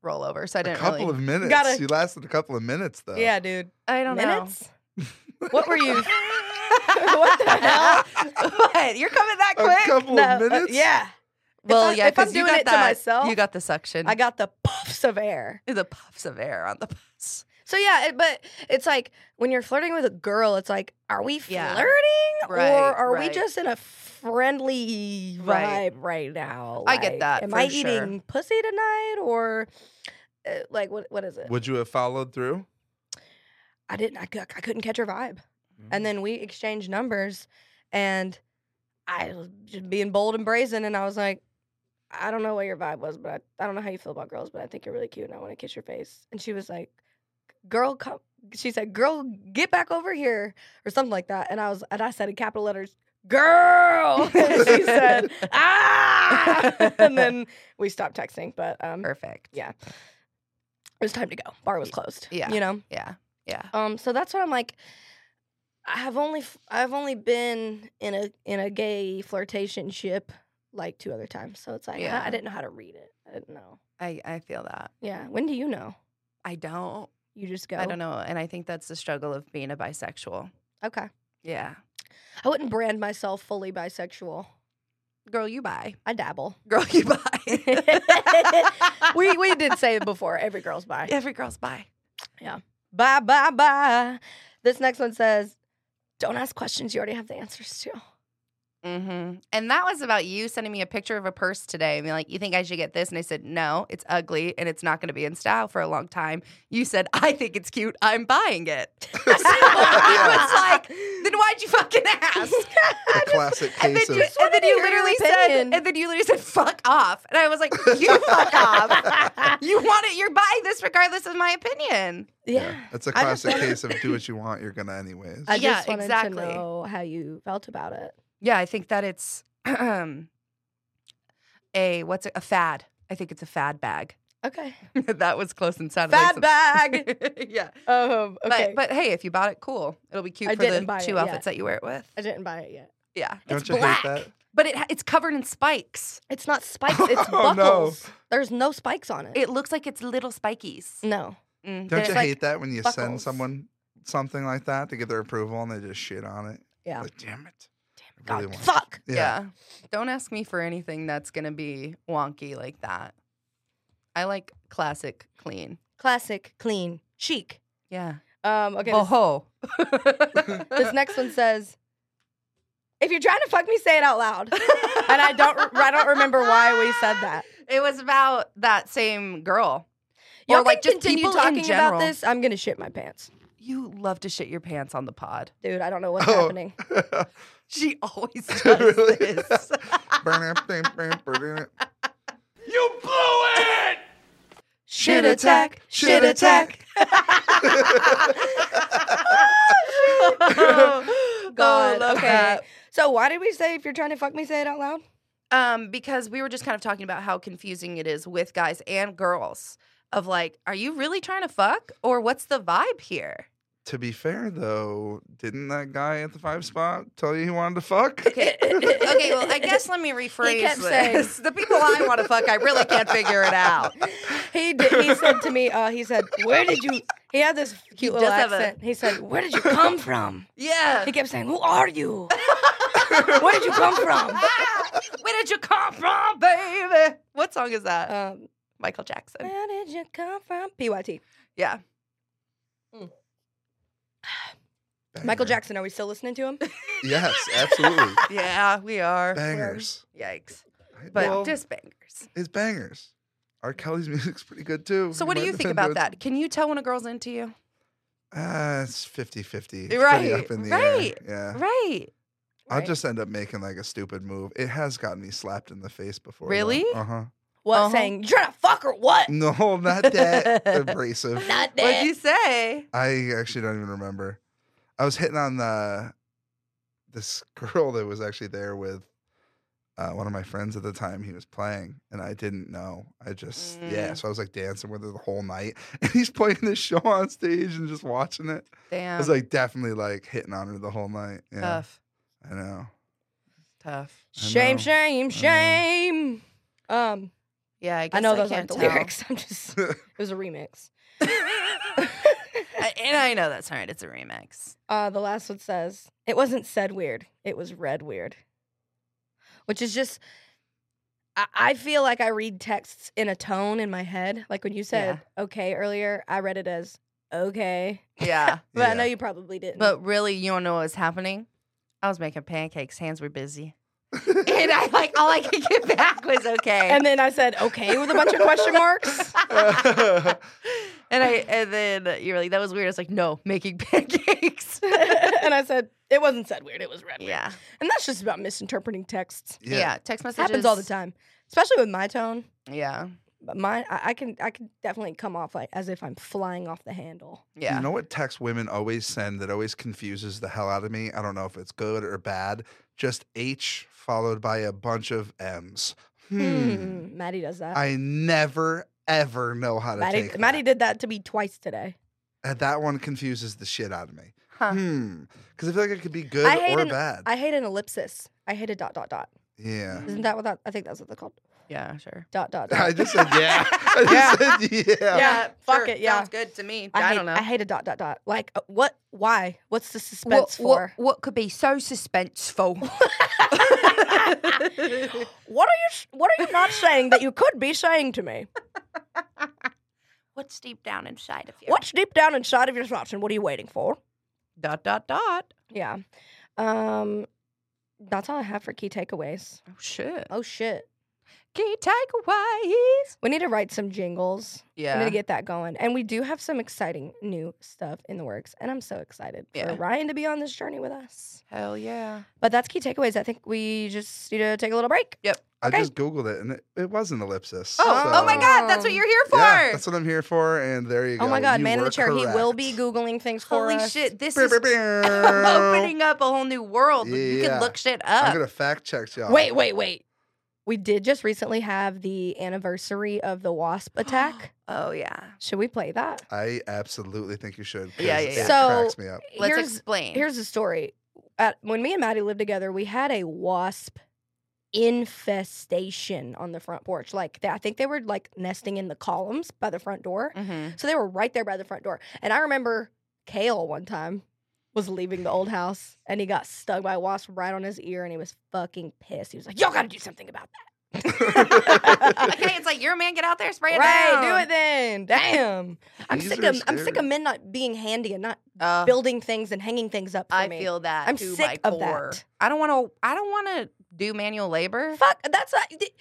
Speaker 2: roll over. So I
Speaker 4: A
Speaker 2: didn't
Speaker 4: couple
Speaker 2: really.
Speaker 4: of minutes.
Speaker 3: Gotta-
Speaker 4: you lasted a couple of minutes though.
Speaker 3: Yeah, dude.
Speaker 2: I don't
Speaker 3: Minutes?
Speaker 2: know.
Speaker 3: What were you-
Speaker 2: what
Speaker 3: the hell?
Speaker 2: What? You're coming that
Speaker 4: A
Speaker 2: quick?
Speaker 4: couple
Speaker 3: No, uh,
Speaker 4: of minutes.
Speaker 3: yeah.
Speaker 2: well,
Speaker 3: I-
Speaker 2: yeah.
Speaker 3: if I'm
Speaker 2: 'cause you
Speaker 3: doing
Speaker 2: got
Speaker 3: it to
Speaker 2: that-
Speaker 3: myself,
Speaker 2: you got the suction.
Speaker 3: I got the puffs of air.
Speaker 2: the puffs of air on the puffs.
Speaker 3: So yeah, it, but it's like when you're flirting with a girl, it's like, are we flirting
Speaker 2: Yeah.
Speaker 3: or
Speaker 2: Right,
Speaker 3: are
Speaker 2: right.
Speaker 3: we just in a friendly vibe
Speaker 2: Right.
Speaker 3: right, now?
Speaker 2: I get
Speaker 3: Like,
Speaker 2: that,
Speaker 3: Am
Speaker 2: for
Speaker 3: I
Speaker 2: sure.
Speaker 3: eating pussy tonight or uh, like what? What is it?
Speaker 4: Would you have followed through?
Speaker 3: I didn't. I, cou- I couldn't catch her vibe. And then we exchanged numbers, and I was just being bold and brazen, and I was like. I don't know what your vibe was, but I, I don't know how you feel about girls, but I think you're really cute and I want to kiss your face. And she was like, girl come she said girl get back over here or something like that and i was and i said in capital letters girl and she said ah and then we stopped texting but um it
Speaker 2: Perfect.
Speaker 3: Yeah. was time to go bar was closed
Speaker 2: Yeah.
Speaker 3: you know
Speaker 2: Yeah. Yeah.
Speaker 3: um so that's what i'm like i have only f- i've only been in a in a gay flirtation ship like two other times so it's like I-
Speaker 2: Yeah.
Speaker 3: I, didn't know how to read it i didn't know
Speaker 2: I, I feel that.
Speaker 3: yeah when do you know
Speaker 2: I don't.
Speaker 3: you just go
Speaker 2: I don't know. And I think that's the struggle of being a bisexual.
Speaker 3: okay
Speaker 2: Yeah.
Speaker 3: i wouldn't brand myself fully bisexual
Speaker 2: Girl, you buy.
Speaker 3: i dabble
Speaker 2: Girl, you buy.
Speaker 3: we we did say it before. Every girl's bi.
Speaker 2: Every girl's buy.
Speaker 3: Bye bye bye. This next one says, "Don't ask questions you already have the answers to."
Speaker 2: Mm-hmm. And that was about you sending me a picture of a purse today and being like, You think I should get this? And I said, No, it's ugly and it's not going to be in style for a long time. You said, I think it's cute. I'm buying it. So I was like, Then why'd you fucking ask?
Speaker 4: A classic
Speaker 2: And
Speaker 4: case
Speaker 2: then, you,
Speaker 4: of
Speaker 2: and then
Speaker 3: wanted to
Speaker 2: you
Speaker 3: hear your
Speaker 2: literally said,
Speaker 3: opinion.
Speaker 2: and then you literally said, fuck off. And I was like, you fuck off. You want it, you're buying this regardless of my opinion.
Speaker 3: yeah.
Speaker 4: It's a
Speaker 2: I just
Speaker 4: classic
Speaker 2: wanna-
Speaker 4: case of do what you want, you're gonna anyways.
Speaker 3: I
Speaker 2: Yeah,
Speaker 3: just wanted
Speaker 2: exactly.
Speaker 3: to know how you felt about it.
Speaker 2: Yeah, I think that it's um, a, what's it, a fad. I think it's a fad bag.
Speaker 3: Okay.
Speaker 2: that was close and sounded like
Speaker 3: Bad
Speaker 2: some-
Speaker 3: bag.
Speaker 2: yeah.
Speaker 3: Um. Okay.
Speaker 2: But, but hey, if you bought it, cool. It'll be cute
Speaker 3: I
Speaker 2: for
Speaker 3: didn't buy
Speaker 2: the
Speaker 3: it
Speaker 2: two
Speaker 3: yet.
Speaker 2: outfits that you wear it with.
Speaker 3: I didn't buy it yet.
Speaker 2: Yeah.
Speaker 4: Don't
Speaker 2: it's
Speaker 4: you
Speaker 2: black.
Speaker 4: hate that?
Speaker 2: But it, ha- it's covered in spikes.
Speaker 3: It's not spikes. It's
Speaker 4: Oh, no.
Speaker 3: buckles. There's no spikes on it.
Speaker 2: It looks like it's little spikies.
Speaker 3: no.
Speaker 2: Mm,
Speaker 4: Don't
Speaker 2: it's
Speaker 4: you
Speaker 2: like-
Speaker 4: hate that when you send
Speaker 3: buckles.
Speaker 4: someone something like that to get their approval and they just shit on it?
Speaker 3: Yeah.
Speaker 4: Like, damn it. I really
Speaker 3: God.
Speaker 4: want-
Speaker 3: Fuck.
Speaker 4: Yeah.
Speaker 2: Yeah. Don't ask me for anything that's going to be wonky like that. I like classic clean.
Speaker 3: Classic. Clean. Chic.
Speaker 2: Yeah.
Speaker 3: Um. Okay. this-
Speaker 2: Boho.
Speaker 3: This next one says, "If you're trying to fuck me, say it out loud." and I don't, re- I don't remember why we said that.
Speaker 2: It was about that same girl.
Speaker 3: Y'all
Speaker 2: or like
Speaker 3: can
Speaker 2: just
Speaker 3: continue
Speaker 2: people in
Speaker 3: talking
Speaker 2: general.
Speaker 3: about this. I'm gonna shit my pants,
Speaker 2: You love to shit your pants on the pod.
Speaker 3: dude. I don't know what's
Speaker 4: Oh.
Speaker 3: happening.
Speaker 2: She always does
Speaker 4: Really?
Speaker 2: this.
Speaker 4: Burn it, burn it, burn it, burn it.
Speaker 3: Shit attack, shit attack.
Speaker 2: Oh,
Speaker 3: God.
Speaker 2: love
Speaker 3: okay.
Speaker 2: that.
Speaker 3: So why did we say if you're trying to fuck me, say it out loud?
Speaker 2: um, because we were just kind of talking about how confusing it is with guys and girls of like, are you really trying to fuck or what's the vibe here?
Speaker 4: To be fair, though, didn't that guy at the five spot tell you he wanted to fuck?
Speaker 2: Mm-hmm. Okay. okay, well, I guess let me rephrase
Speaker 3: kept
Speaker 2: this. the people I want to fuck, I really can't figure it out.
Speaker 3: He did, he said to me, uh, he said, "Where did you?" He had this cute little
Speaker 2: does have a-
Speaker 3: accent. He said, "Where did you come from?"
Speaker 2: Yeah.
Speaker 3: He kept saying, "Who are you? Where did you come from?"
Speaker 2: "Ah, Where did you come from, baby? What song is that?
Speaker 3: Um,
Speaker 2: Michael Jackson.
Speaker 3: where did you come from? Pyt.
Speaker 2: Yeah.
Speaker 3: Michael
Speaker 4: Banger.
Speaker 3: Jackson. Are we still listening to him?
Speaker 4: Yes, absolutely.
Speaker 2: Yeah, we are.
Speaker 4: bangers.
Speaker 2: Yikes.
Speaker 4: Right?
Speaker 2: But
Speaker 4: Well,
Speaker 2: just bangers.
Speaker 4: it's bangers. R. Kelly's music's pretty good too.
Speaker 2: So, what do
Speaker 4: might
Speaker 2: you think
Speaker 4: listen to
Speaker 2: about
Speaker 4: it.
Speaker 2: that? Can you tell when a girl's into you?
Speaker 4: Uh, it's 50 50.
Speaker 2: Right,
Speaker 4: Up in the
Speaker 2: right,
Speaker 4: Air. Yeah.
Speaker 2: Right.
Speaker 4: I'll
Speaker 3: Right.
Speaker 4: just end up making like a stupid move. It has gotten me slapped in the face before.
Speaker 2: Really?
Speaker 4: Uh huh.
Speaker 3: What
Speaker 2: Uh-huh.
Speaker 3: saying? You trying to fuck or what?
Speaker 4: No, not that abrasive.
Speaker 3: Not
Speaker 2: What'd
Speaker 4: eh.
Speaker 3: that.
Speaker 2: you say?
Speaker 4: I actually don't even remember. I was hitting on the this girl that was actually there with uh, one of my friends at the time. He was playing, and I didn't know. I just yeah.
Speaker 2: Mm.
Speaker 4: So I was like dancing with her the whole night, and he's playing this show on stage and just watching it. I
Speaker 2: Damn.
Speaker 4: was like definitely like hitting on her the whole night. Yeah,
Speaker 2: Tough.
Speaker 4: I know.
Speaker 2: Tough.
Speaker 3: shame,
Speaker 4: know.
Speaker 3: shame, shame. Um,
Speaker 2: Yeah, I guess
Speaker 3: I know
Speaker 2: I
Speaker 3: those
Speaker 2: can't
Speaker 3: aren't the
Speaker 2: tell.
Speaker 3: lyrics. I'm just. It was a remix.
Speaker 2: I- and I know that's hard. It's a remix.
Speaker 3: Uh, the last one says, it wasn't said weird, it was read weird. Which is just, I, I feel like I read texts in a tone in my head. Like when you said okay earlier, I read it as okay.
Speaker 2: Yeah.
Speaker 3: But I
Speaker 4: Yeah.
Speaker 3: know you probably didn't.
Speaker 2: But really, you don't know what was happening. I was making pancakes. Hands were busy, and I like all I could get back was okay.
Speaker 3: and then I said okay with a bunch of question marks.
Speaker 2: and I and then you were like, "That was weird." I was like, "No, making pancakes."
Speaker 3: and I said, it wasn't said weird, it was read weird.
Speaker 2: yeah.
Speaker 3: And that's just about misinterpreting texts.
Speaker 2: yeah, Text messages
Speaker 3: Happens all the time, especially with my tone.
Speaker 2: Yeah,
Speaker 3: But mine, I, I can, I can definitely come off like as if I'm flying off the handle.
Speaker 2: yeah.
Speaker 4: You know what text women always send that always confuses the hell out of me? I don't know if it's good or bad. Just H followed by a bunch of M's. Hmm.
Speaker 3: Hmm. Maddie does that.
Speaker 4: I never ever know how to
Speaker 3: Maddie,
Speaker 4: take
Speaker 3: Maddie
Speaker 4: that.
Speaker 3: did that to me twice today.
Speaker 4: Uh, that one confuses the shit out of me.
Speaker 2: Huh.
Speaker 4: Hmm. Because I feel like it could be good
Speaker 3: I hate
Speaker 4: or
Speaker 3: an-
Speaker 4: bad.
Speaker 3: I hate an ellipsis. I hate a dot dot dot.
Speaker 4: yeah.
Speaker 3: Isn't that what that? I think that's what they're called.
Speaker 2: Yeah, sure.
Speaker 3: Dot dot dot.
Speaker 4: Mm. I just said yeah. I just said yeah.
Speaker 3: Yeah, fuck
Speaker 2: sure.
Speaker 3: it, yeah.
Speaker 2: sounds good to me.
Speaker 3: hate,
Speaker 2: I, don't know.
Speaker 3: I hate a dot dot dot. Like uh, what? Why? What's the suspense for?
Speaker 2: could be so suspenseful?
Speaker 3: What are you? sh- What are you not saying that you could be saying to me?
Speaker 2: What's deep down inside of you?
Speaker 3: What's deep down inside of your thoughts, and what are you waiting for?
Speaker 2: Dot dot dot.
Speaker 3: Yeah. Um. That's all I have for key takeaways.
Speaker 2: Oh shit.
Speaker 3: Oh shit.
Speaker 2: Key takeaways.
Speaker 3: We need to write some jingles. I'm
Speaker 2: Yeah.
Speaker 3: gonna get that going. And we do have some exciting new stuff in the works. And I'm so excited
Speaker 2: Yeah.
Speaker 3: for Ryan to be on this journey with us.
Speaker 2: Hell yeah.
Speaker 3: But that's key takeaways. I think we just need to take a little break.
Speaker 4: I
Speaker 3: Okay.
Speaker 4: just Googled it and it, it was an ellipsis.
Speaker 2: Oh, oh my
Speaker 4: so-
Speaker 2: god, that's what you're here for.
Speaker 4: Yeah, that's what I'm here for. And there you go.
Speaker 3: Oh my God,
Speaker 4: You
Speaker 3: man in
Speaker 4: were
Speaker 3: the chair. He will be
Speaker 4: correct.
Speaker 3: Googling things for
Speaker 2: Holy
Speaker 3: us.
Speaker 2: shit, this
Speaker 4: Beow,
Speaker 2: is
Speaker 4: beow, beow.
Speaker 2: opening up a whole new world. You
Speaker 4: Yeah.
Speaker 2: can look shit
Speaker 4: I'm
Speaker 2: up.
Speaker 4: gonna fact check y'all.
Speaker 3: Wait, wait, wait. We did just recently have the anniversary of the wasp attack.
Speaker 2: oh yeah.
Speaker 3: Should we play that?
Speaker 4: I absolutely think you should. 'cause
Speaker 2: Yeah, yeah,
Speaker 4: it
Speaker 2: yeah.
Speaker 4: cracks
Speaker 3: So-
Speaker 4: me up.
Speaker 2: Let's
Speaker 3: here's
Speaker 2: explain.
Speaker 3: here's the story. At, when me and Maddie lived together, we had a wasp infestation on the front porch. Like they, I think they were like nesting in the columns by the front door.
Speaker 4: Mm-hmm.
Speaker 2: Mhm.
Speaker 3: So they were right there by the front door. And I remember Kale one time was leaving the old house and he got stung by a wasp right on his ear and he was fucking pissed. He was like, "Y'all got to do something about that."
Speaker 2: okay, it's like you're a man, get out there, spray it
Speaker 3: right,
Speaker 2: down.
Speaker 3: do it then. Damn, I'm
Speaker 4: These
Speaker 3: sick
Speaker 4: are
Speaker 3: of I'm sick of
Speaker 4: scary.
Speaker 3: men not being handy and not
Speaker 2: Uh,
Speaker 3: building things and hanging things up. For
Speaker 2: I
Speaker 3: me.
Speaker 2: feel that.
Speaker 3: I'm
Speaker 2: to
Speaker 3: sick
Speaker 2: my
Speaker 3: of
Speaker 2: core.
Speaker 3: that.
Speaker 2: I don't want to. I don't want to do manual labor.
Speaker 3: Fuck, that's not. th-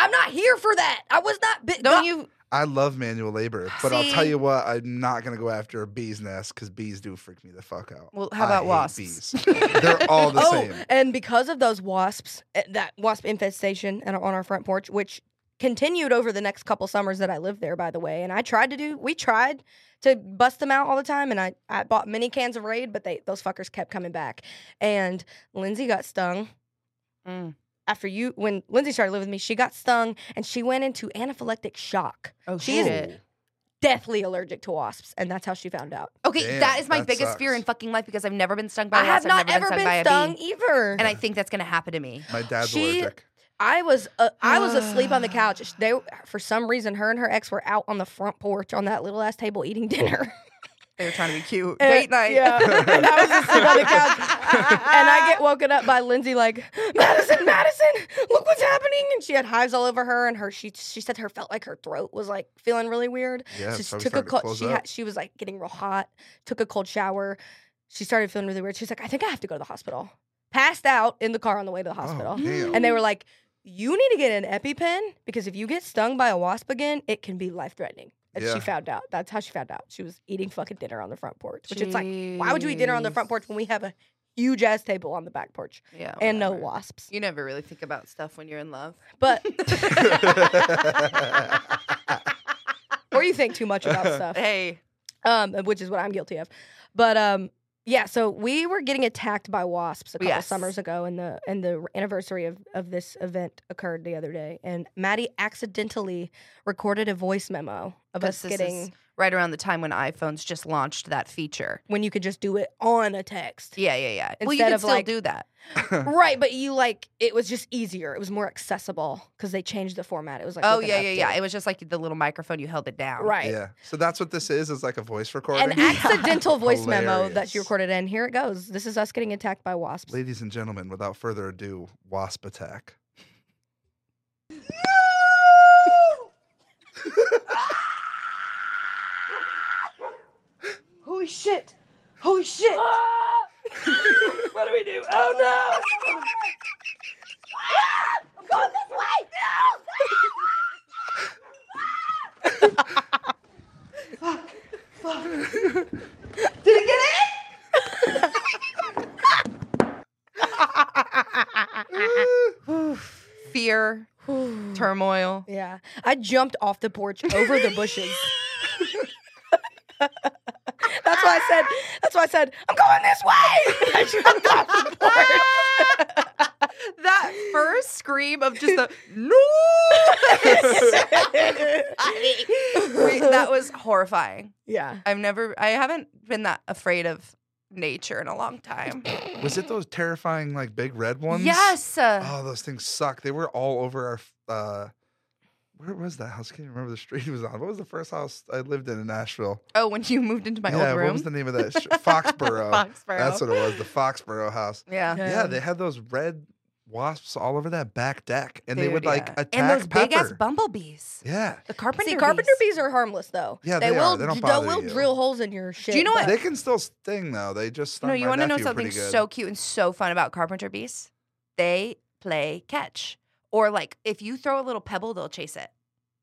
Speaker 3: I'm not here for that. I was not. Bi-
Speaker 2: Don't
Speaker 3: God-
Speaker 2: you?
Speaker 4: I love manual labor, but I'll tell
Speaker 2: See?
Speaker 4: you what, I'm not gonna go after a bee's nest because bees do freak me the fuck out.
Speaker 2: Well, how
Speaker 4: I
Speaker 2: about
Speaker 4: hate
Speaker 2: wasps?
Speaker 4: bees. They're all the
Speaker 3: oh,
Speaker 4: same.
Speaker 3: and because of those wasps, eh, that wasp infestation and on our front porch, which continued over the next couple summers that I lived there, by the way. And I tried to do. We tried to bust them out all the time, and I I bought many cans of Raid, but they those fuckers kept coming back. And Lindsay got stung.
Speaker 2: Mm.
Speaker 3: After you, when Lindsay started living with me, she got stung and she went into anaphylactic shock.
Speaker 2: Oh
Speaker 3: She is-
Speaker 2: shit.
Speaker 3: deathly allergic to wasps, and that's how she found out.
Speaker 2: Okay,
Speaker 4: Oh, Damn,
Speaker 2: that is my
Speaker 4: that
Speaker 2: biggest fear
Speaker 4: sucks.
Speaker 2: in fucking life because I've never been stung by
Speaker 3: I
Speaker 2: a
Speaker 3: have
Speaker 2: wasp.
Speaker 3: not
Speaker 2: I've never
Speaker 3: ever
Speaker 2: been stung by
Speaker 3: been
Speaker 2: a
Speaker 3: stung
Speaker 2: bee.
Speaker 3: either.
Speaker 2: And I think that's going to happen to me.
Speaker 4: My dad's
Speaker 3: She-
Speaker 4: allergic.
Speaker 3: I was uh, I was asleep on the couch. They for some reason her and her ex were out on the front porch on that little ass table eating
Speaker 4: Oh.
Speaker 3: dinner.
Speaker 2: They're trying to be cute.
Speaker 3: And-
Speaker 2: Date night.
Speaker 3: Yeah. and I was asleep on the couch. And I get woken up by Lindsay like, Madison, Madison, look what's happening. And she had hives all over her and her she she said her felt like her throat was like feeling really weird.
Speaker 4: Yeah,
Speaker 3: she
Speaker 4: it's probably
Speaker 3: took a
Speaker 4: starting to
Speaker 3: cold
Speaker 4: close
Speaker 3: she
Speaker 4: up.
Speaker 3: had, she was like getting real hot, took a cold shower. She started feeling really weird. She's like, I think I have to go to the hospital. Passed out in the car on the way to the hospital.
Speaker 4: Oh, damn.
Speaker 3: And they were like, you need to get an EpiPen because if you get stung by a wasp again, it can be life threatening. And
Speaker 4: Yeah.
Speaker 3: she found out. That's how she found out. She was eating fucking dinner on the front porch, which it's like, why would you eat dinner on the front porch when we have a huge ass table on the back porch
Speaker 2: Yeah,
Speaker 3: and no
Speaker 2: whatever.
Speaker 3: wasps?
Speaker 2: You never really think about stuff when you're in love.
Speaker 3: But or you think too much about stuff,
Speaker 2: hey.
Speaker 3: um, which is what I'm guilty of. But um, yeah, so we were getting attacked by wasps a couple
Speaker 2: Yes.
Speaker 3: summers ago, and the and the anniversary of of this event occurred the other day, and Maddie accidentally recorded a voice memo of
Speaker 2: Because
Speaker 3: us
Speaker 2: this is-
Speaker 3: getting.
Speaker 2: Right around the time when iPhones just launched that feature.
Speaker 3: When you could just do it on a text.
Speaker 2: Yeah, yeah, yeah. well, you
Speaker 3: Instead
Speaker 2: can
Speaker 3: of,
Speaker 2: still
Speaker 3: like-
Speaker 2: do that.
Speaker 4: Oh,
Speaker 3: Right, but you like it was just easier. It was more accessible because they changed the format. It was like
Speaker 2: oh,
Speaker 3: with an
Speaker 2: yeah, yeah, yeah.
Speaker 3: update.
Speaker 2: It was just like the little microphone you held it down.
Speaker 3: Right.
Speaker 4: yeah. So that's what this is. Is like a voice recording.
Speaker 3: An accidental voice memo that
Speaker 4: Hilarious.
Speaker 3: she recorded, and here it goes. This is us getting attacked by wasps.
Speaker 4: Ladies and gentlemen, without further ado, wasp attack.
Speaker 5: Holy shit! Holy shit! Ah! what do we do? Oh no! I'm going this way!
Speaker 2: Fear, turmoil.
Speaker 3: Yeah, I jumped off the porch over the bushes. that's why I said. That's why I said I'm going this way. I jumped off the porch.
Speaker 2: that first scream of just the no Wait, that was horrifying
Speaker 3: Yeah,
Speaker 2: i've never i haven't been that afraid of nature in a long time
Speaker 4: Was it those terrifying like big red ones?
Speaker 2: yes
Speaker 4: Oh, those things suck. They were all over our. f- Uh, where was that house? I can't remember the street it was on. What was the first house I lived in in Nashville?
Speaker 2: oh when you moved into my
Speaker 4: yeah,
Speaker 2: old
Speaker 4: what
Speaker 2: room
Speaker 4: was the name of that? Sh- Foxborough.
Speaker 2: Foxborough.
Speaker 4: That's what it was. The Foxborough house.
Speaker 2: yeah
Speaker 4: Yeah, they had those red wasps all over that back deck, and they
Speaker 2: Dude,
Speaker 4: would like
Speaker 2: yeah.
Speaker 4: attack
Speaker 2: and those
Speaker 4: Pepper.
Speaker 2: big ass bumblebees
Speaker 4: yeah,
Speaker 2: the carpenter
Speaker 3: see, carpenter
Speaker 2: bees.
Speaker 3: bees. are harmless though.
Speaker 4: Yeah, they
Speaker 3: will.
Speaker 4: are. They don't bother
Speaker 3: will
Speaker 4: you.
Speaker 3: drill holes in your shit.
Speaker 2: you know what-
Speaker 3: but-
Speaker 4: they can still sting though. They just stung
Speaker 2: no you
Speaker 4: my
Speaker 2: want to know
Speaker 4: nephew
Speaker 2: something
Speaker 4: pretty good.
Speaker 2: so cute and so fun about carpenter bees they play catch or like if you throw a little pebble they'll chase it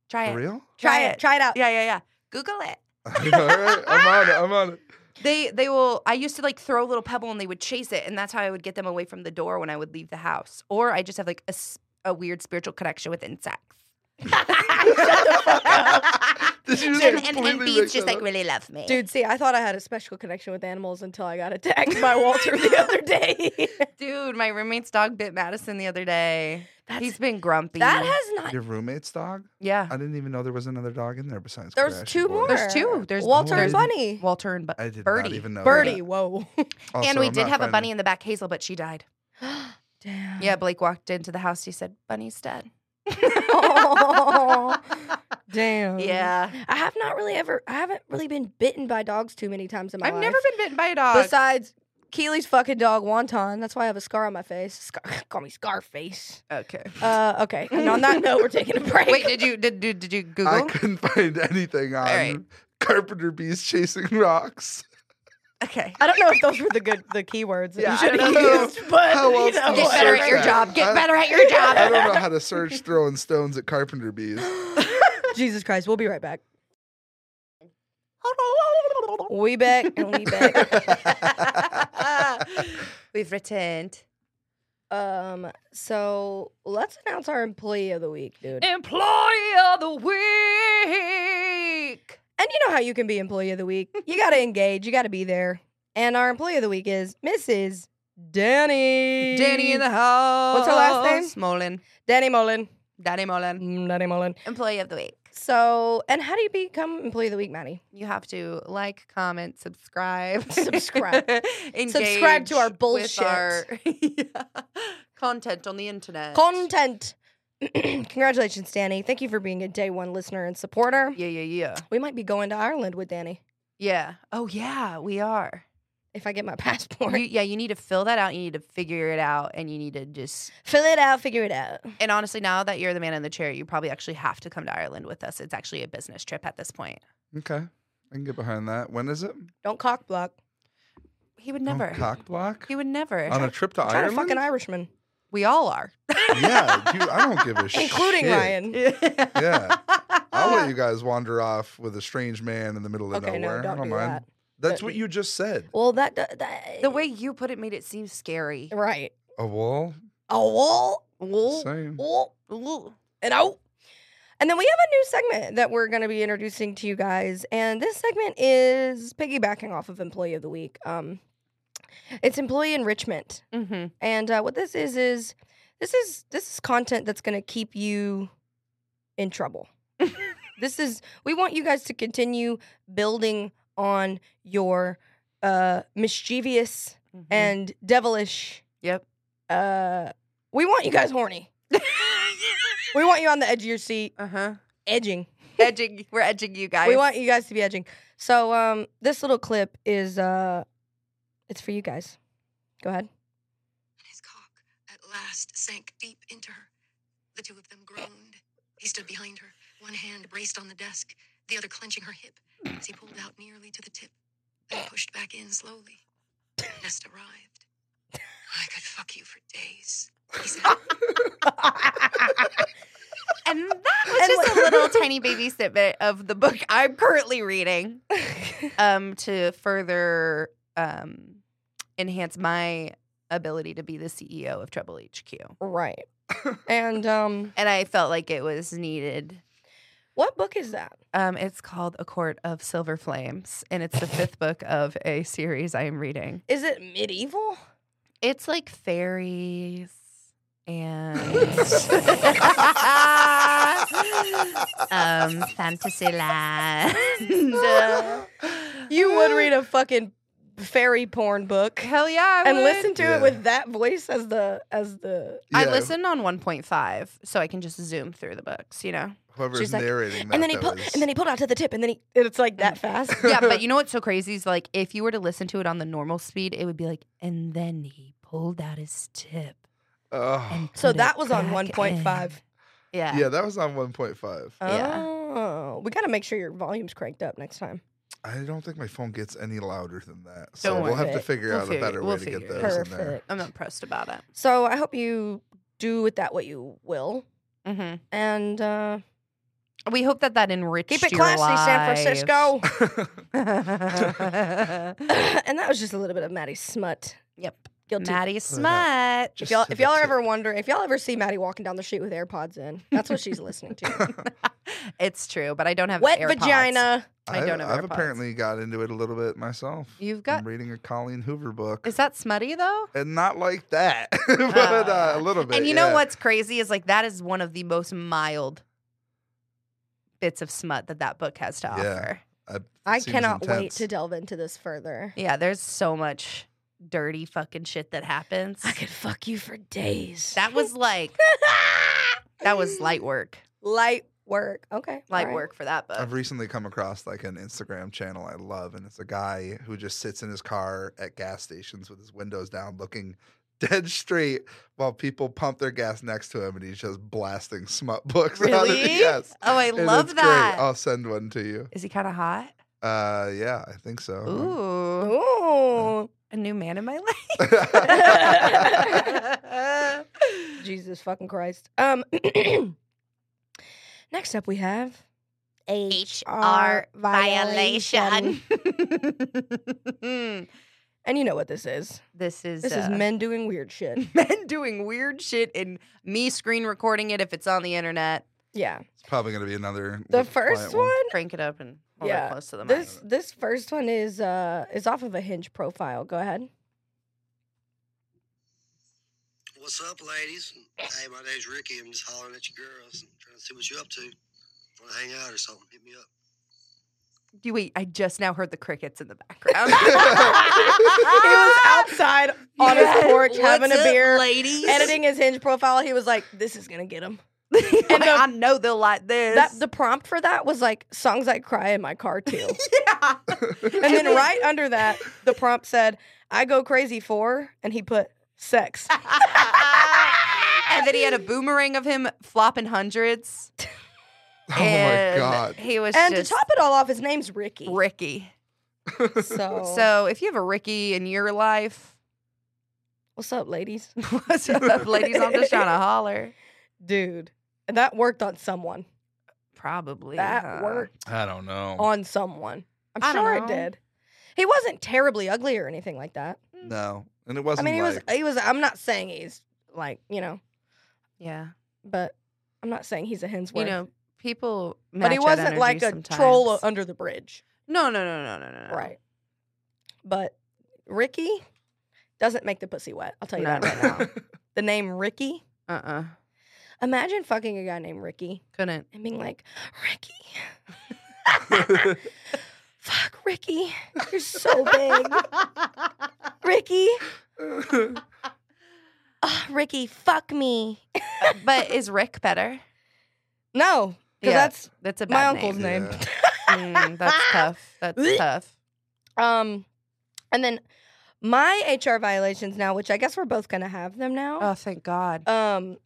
Speaker 2: try
Speaker 4: For
Speaker 2: it
Speaker 4: real?
Speaker 3: Try
Speaker 2: Try
Speaker 3: it.
Speaker 2: it.
Speaker 3: Try it out.
Speaker 2: yeah yeah yeah google it
Speaker 4: all right, I'm on it. I'm on it.
Speaker 2: They they will. I used to like throw a little pebble and they would chase it, and that's how I would get them away from the door when I would leave the house. Or I just have like a, s- a weird spiritual connection with insects.
Speaker 4: Did you just
Speaker 2: and, and, and
Speaker 4: completely make
Speaker 2: bees just
Speaker 4: that
Speaker 2: like
Speaker 4: up?
Speaker 2: really love me,
Speaker 3: Dude, see, I thought I had a special connection with animals until I got attacked by Walter the other day.
Speaker 2: Dude, my roommate's dog bit Madison the other day.
Speaker 3: That's,
Speaker 2: He's been grumpy.
Speaker 3: that has not.
Speaker 4: Your roommate's dog?
Speaker 2: yeah.
Speaker 4: I didn't even know there was another dog in there besides.
Speaker 3: There's
Speaker 4: Crash
Speaker 3: two
Speaker 4: and Boy.
Speaker 3: more.
Speaker 2: There's two. There's
Speaker 3: Walter
Speaker 4: there's-
Speaker 3: and Bunny.
Speaker 2: Walter and Bu-
Speaker 4: I did
Speaker 2: Birdie.
Speaker 4: not even know.
Speaker 3: Birdie, whoa.
Speaker 4: that. Also,
Speaker 2: and we
Speaker 4: I'm
Speaker 2: did
Speaker 4: not
Speaker 2: have a
Speaker 4: friendly.
Speaker 2: bunny in the back, Hazel, but she died.
Speaker 3: Damn.
Speaker 2: Yeah, Blake walked into the house. He said, "Bunny's dead."
Speaker 3: Aw. Damn.
Speaker 2: yeah,
Speaker 3: I have not really ever. I haven't really been bitten by dogs too many times in my
Speaker 2: I've
Speaker 3: life.
Speaker 2: never been bitten by a dog.
Speaker 3: Besides Keely's fucking dog Wonton. That's why I have a scar on my face. Scar, call me Scarface.
Speaker 2: okay.
Speaker 3: Uh, okay. And on that note, we're taking a break.
Speaker 2: Wait, did you did did, did you Google?
Speaker 4: I couldn't find anything on
Speaker 2: right.
Speaker 4: carpenter bees chasing rocks.
Speaker 2: Okay.
Speaker 3: I don't know if those were the good the keywords that
Speaker 2: Yeah,
Speaker 3: you
Speaker 2: I
Speaker 3: should
Speaker 4: don't
Speaker 3: have
Speaker 4: know.
Speaker 3: used, but
Speaker 4: How
Speaker 3: you
Speaker 4: else
Speaker 3: know,
Speaker 4: do you
Speaker 2: Get better at your
Speaker 4: search
Speaker 2: job.
Speaker 4: that?
Speaker 2: Get
Speaker 4: Oh, I-
Speaker 2: better at your job.
Speaker 4: I don't know how to search throwing stones at carpenter bees.
Speaker 3: Jesus Christ, we'll be right back. We back and we back.
Speaker 2: We've returned.
Speaker 3: um, so let's announce our employee of the week, dude.
Speaker 2: Employee of the week.
Speaker 3: And you know how you can be employee of the week. You got to engage. You got to be there. And our employee of the week is Mrs. Danny.
Speaker 2: Danny in the house.
Speaker 3: What's her last name?
Speaker 2: Mullen.
Speaker 3: Danny Mullen.
Speaker 2: Danny Mullen.
Speaker 3: Mm, Danny Mullen.
Speaker 2: Employee of the week.
Speaker 3: So, and how do you become employee of the week, Maddie?
Speaker 2: You have to like, comment, subscribe,
Speaker 3: Subscribe.
Speaker 2: Engage
Speaker 3: Subscribe to our
Speaker 2: with
Speaker 3: bullshit.
Speaker 2: our- Yeah. content on the internet.
Speaker 3: Content. Congratulations, Danny. Thank you for being a day one listener and supporter.
Speaker 2: yeah, yeah, yeah,
Speaker 3: We might be going to Ireland with Danny
Speaker 2: yeah. Oh yeah, we are.
Speaker 3: if I get my passport.
Speaker 2: You, yeah, you need to fill that out. You need to figure it out, and you need to just.
Speaker 3: Fill it out, figure it out.
Speaker 2: And honestly, now that you're the man in the chair, you probably actually have to come to Ireland with us. It's actually a business trip at this point.
Speaker 4: Okay. I can get behind that. When is it?
Speaker 3: Don't cock block.
Speaker 2: He would never.
Speaker 4: Oh, cock block?
Speaker 2: he would never.
Speaker 4: On a trip to
Speaker 3: I'm trying to
Speaker 4: Ireland?
Speaker 3: fuck an Irishman,
Speaker 2: we all are.
Speaker 4: yeah, dude, I don't give a shit.
Speaker 3: including Ryan.
Speaker 4: Yeah. I'll let you guys wander off with a strange man in the middle of
Speaker 3: Okay, no,
Speaker 4: nowhere.
Speaker 3: don't
Speaker 4: I don't
Speaker 3: do
Speaker 4: mind.
Speaker 3: that.
Speaker 4: That's
Speaker 3: That-
Speaker 4: what you just said.
Speaker 3: Well, that, that, that
Speaker 4: e
Speaker 2: The way you put it made it seem scary.
Speaker 3: right.
Speaker 4: A wall?
Speaker 3: A wall,
Speaker 4: Same.
Speaker 2: Um,
Speaker 3: wall, and out. And then we have a new segment that we're going to be introducing to you guys, and this segment is piggybacking off of Employee of the Week. Um, it's employee enrichment.
Speaker 2: Mm-hmm.
Speaker 3: And uh, what this is is this is this is content that's going to keep you in trouble. this is we want you guys to continue building on your uh, mischievous and devilish.
Speaker 2: Yep.
Speaker 3: Uh, we want you guys horny. We want you on the edge of your seat,
Speaker 2: uh huh.
Speaker 3: edging.
Speaker 2: Edging. We're edging you guys.
Speaker 3: we want you guys to be edging. So um, this little clip is uh, it's for you guys. Go ahead.
Speaker 6: His cock at last sank deep into her. The two of them groaned. He stood behind her, one hand braced on the desk, the other clenching her hip as he pulled out nearly to the tip, then pushed back in slowly. Nest arrived. I could fuck you for days. He said,
Speaker 2: and that was
Speaker 3: And
Speaker 2: just a
Speaker 3: what-
Speaker 2: little tiny baby snippet of the book I'm currently reading um, to further um, enhance my ability to be the CEO of Trouble HQ.
Speaker 3: right. and um,
Speaker 2: And I felt like it was needed.
Speaker 3: what book is that?
Speaker 2: Um, it's called A Court of Silver Flames, and it's the fifth book of a series I am reading.
Speaker 3: Is it medieval?
Speaker 2: It's like fairies and um, fantasy land.
Speaker 3: You would read a fucking fairy porn book
Speaker 2: Hell yeah! I
Speaker 3: and
Speaker 2: would.
Speaker 3: listen to
Speaker 4: Yeah.
Speaker 3: it with that voice as the as the
Speaker 2: I
Speaker 4: Yeah,
Speaker 2: listen on 1.5, so I can just zoom through the books. You know.
Speaker 4: Whoever's
Speaker 3: She's like,
Speaker 4: narrating that.
Speaker 3: and then he
Speaker 4: though,
Speaker 3: pulled
Speaker 4: is-
Speaker 3: and then he pulled out to the tip and then he and it's like that fast.
Speaker 2: Yeah, but you know what's so crazy is like if you were to listen to it on the normal speed, it would be like, and then he pulled out his tip.
Speaker 4: Oh.
Speaker 2: and
Speaker 3: So
Speaker 2: put it
Speaker 3: that was on
Speaker 2: back
Speaker 3: 1.5.
Speaker 2: in." Yeah.
Speaker 4: Yeah, that was on 1.5.
Speaker 2: Yeah.
Speaker 3: Oh, we gotta make sure your volume's cranked up next time.
Speaker 4: I don't think my phone gets any louder than that. So
Speaker 2: Don't
Speaker 4: we'll
Speaker 3: worry.
Speaker 4: have to figure
Speaker 2: We'll
Speaker 4: out
Speaker 2: figure-
Speaker 4: a better
Speaker 2: we'll
Speaker 4: way to get
Speaker 2: figure
Speaker 4: those
Speaker 2: it
Speaker 4: in
Speaker 3: Perfect.
Speaker 4: there.
Speaker 2: I'm impressed about it.
Speaker 3: So I hope you do with that what you will,
Speaker 2: hmm
Speaker 3: and uh,
Speaker 2: We hope that that enriched
Speaker 3: keep it
Speaker 2: your
Speaker 3: classy, San
Speaker 2: lives.
Speaker 3: Francisco.
Speaker 2: Francisco.
Speaker 3: and that was just a little bit of Maddie's smut.
Speaker 2: yep.
Speaker 3: Guilty.
Speaker 2: Maddie
Speaker 4: Put it
Speaker 2: Smut.
Speaker 3: if
Speaker 4: Just
Speaker 3: y'all
Speaker 4: to
Speaker 3: if
Speaker 4: the
Speaker 3: y'all
Speaker 4: tip.
Speaker 3: ever wonder if y'all ever see Maddie walking down the street with AirPods in, that's what she's listening to.
Speaker 2: it's true, but I don't have
Speaker 3: Wet
Speaker 2: AirPods.
Speaker 3: vagina.
Speaker 2: I
Speaker 4: I've-
Speaker 2: don't have
Speaker 4: I've
Speaker 2: AirPods.
Speaker 4: apparently got into it a little bit myself.
Speaker 2: You've
Speaker 4: I'm
Speaker 2: got.
Speaker 4: reading a Colleen Hoover book.
Speaker 2: Is that smutty though?
Speaker 4: and not like that, but
Speaker 2: Uh,
Speaker 4: uh, a little bit.
Speaker 2: and you know
Speaker 4: yeah.
Speaker 2: what's crazy is like that is one of the most mild bits of smut that that book has to
Speaker 4: Yeah.
Speaker 2: offer.
Speaker 3: I
Speaker 4: Seems
Speaker 3: cannot wait
Speaker 4: intense.
Speaker 3: to delve into this further.
Speaker 2: Yeah, there's so much dirty fucking shit that happens.
Speaker 3: could fuck you for days.
Speaker 2: That was like that was light work.
Speaker 3: light work. Okay.
Speaker 2: Light
Speaker 3: alright.
Speaker 2: work for that book.
Speaker 4: I've recently come across like an Instagram channel I love, and it's a guy who just sits in his car at gas stations with his windows down, looking dead straight while people pump their gas next to him, and he's just blasting smut books. On it.
Speaker 2: Really?
Speaker 4: Yes.
Speaker 2: Oh, I
Speaker 4: And
Speaker 2: love
Speaker 4: it's
Speaker 2: that. Is
Speaker 4: Great. I'll send one to you.
Speaker 2: he kind of hot?
Speaker 4: Uh, yeah, I think so.
Speaker 2: Ooh,
Speaker 3: Ooh.
Speaker 2: a new man in my
Speaker 3: life.
Speaker 2: life.
Speaker 3: Jesus fucking Christ. Um Next up we have HR violation. And you know what this is.
Speaker 2: this is
Speaker 3: This is
Speaker 2: uh,
Speaker 3: men doing weird shit.
Speaker 2: men doing weird shit and me screen recording it if it's on the internet.
Speaker 3: Yeah.
Speaker 4: It's probably gonna be another.
Speaker 3: The
Speaker 4: little
Speaker 3: first
Speaker 4: quiet
Speaker 3: one
Speaker 2: Crank it up and hold
Speaker 3: Yeah,
Speaker 2: it close to the mic.
Speaker 3: this this first one is uh is off of a hinge profile. Go ahead.
Speaker 7: What's up, ladies? Hey, my name's Ricky. I'm just hollering at you girls and trying to see what you're up to.
Speaker 6: Want to hang out or something? Hit me up.
Speaker 2: You wait, I just now heard the crickets in the background.
Speaker 3: He was outside on his porch having a beer,
Speaker 2: ladies.
Speaker 3: editing his hinge profile. He was like, "This is gonna get him."
Speaker 2: and I know they'll like this.
Speaker 3: That the prompt for that was like songs I cry in my car too.
Speaker 2: yeah.
Speaker 3: and
Speaker 4: Oh
Speaker 3: then right under that, the prompt said, "I go crazy for," and he put sex.
Speaker 2: and then he had a boomerang of him flopping hundreds.
Speaker 4: Oh
Speaker 2: and
Speaker 4: my god.
Speaker 2: He was
Speaker 3: And to
Speaker 2: just
Speaker 3: top it all off, his name's Ricky.
Speaker 2: Ricky.
Speaker 3: So,
Speaker 2: So if you have a Ricky in your life,
Speaker 3: what's up, ladies?
Speaker 2: what's up, ladies? I'm just trying to holler.
Speaker 3: Dude, and that worked on someone.
Speaker 2: Probably
Speaker 3: That
Speaker 2: huh?
Speaker 3: worked
Speaker 4: I don't know.
Speaker 3: on someone. I'm
Speaker 2: I don't
Speaker 3: sure
Speaker 2: know.
Speaker 3: it did. He wasn't terribly ugly or anything like that.
Speaker 2: Mm.
Speaker 4: no, and it
Speaker 3: I
Speaker 4: wasn't.
Speaker 3: mean, he was.
Speaker 4: like-
Speaker 3: He was. I'm not saying he's like you know,
Speaker 2: Yeah,
Speaker 3: but I'm not saying he's a Hensworth.
Speaker 2: you know, people.
Speaker 3: but
Speaker 2: match
Speaker 3: he
Speaker 2: that
Speaker 3: wasn't
Speaker 2: energy
Speaker 3: like a
Speaker 2: sometimes. Oh.
Speaker 3: troll o- under the bridge,
Speaker 2: No, no, no, no, no, no, no.
Speaker 3: right? But Ricky doesn't make the pussy wet. I'll tell you
Speaker 2: No,
Speaker 3: that right now. the name Ricky.
Speaker 2: Uh, uh
Speaker 3: Imagine fucking a guy named Ricky
Speaker 2: couldn't.
Speaker 3: and being like, Ricky, fuck Ricky, you're so big, Ricky. Ah, Ricky, fuck me.
Speaker 2: but is Rick better?
Speaker 3: No, because
Speaker 2: Yeah,
Speaker 3: that's
Speaker 2: that's a bad
Speaker 3: my uncle's
Speaker 2: name.
Speaker 3: name.
Speaker 4: Yeah.
Speaker 2: Mm, that's tough. That's tough.
Speaker 3: Um, and then my HR violations now, which I guess we're both gonna have them now.
Speaker 2: Oh, thank God.
Speaker 3: Um,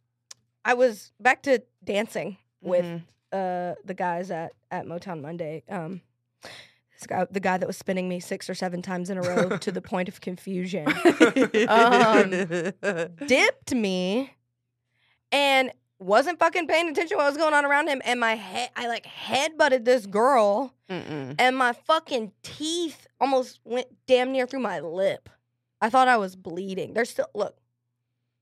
Speaker 3: I was back to dancing with
Speaker 2: Mhm.
Speaker 3: uh the guys at at Motown Monday. Um, this guy, the guy that was spinning me six or seven times in a row to the point of confusion,
Speaker 2: mm-hmm. Um,
Speaker 3: dipped me, and wasn't fucking paying attention to what was going on around him. And my head, I like head butted this girl,
Speaker 2: Mm-mm.
Speaker 3: and my fucking teeth almost went damn near through my lip. I thought I was bleeding. There's still look.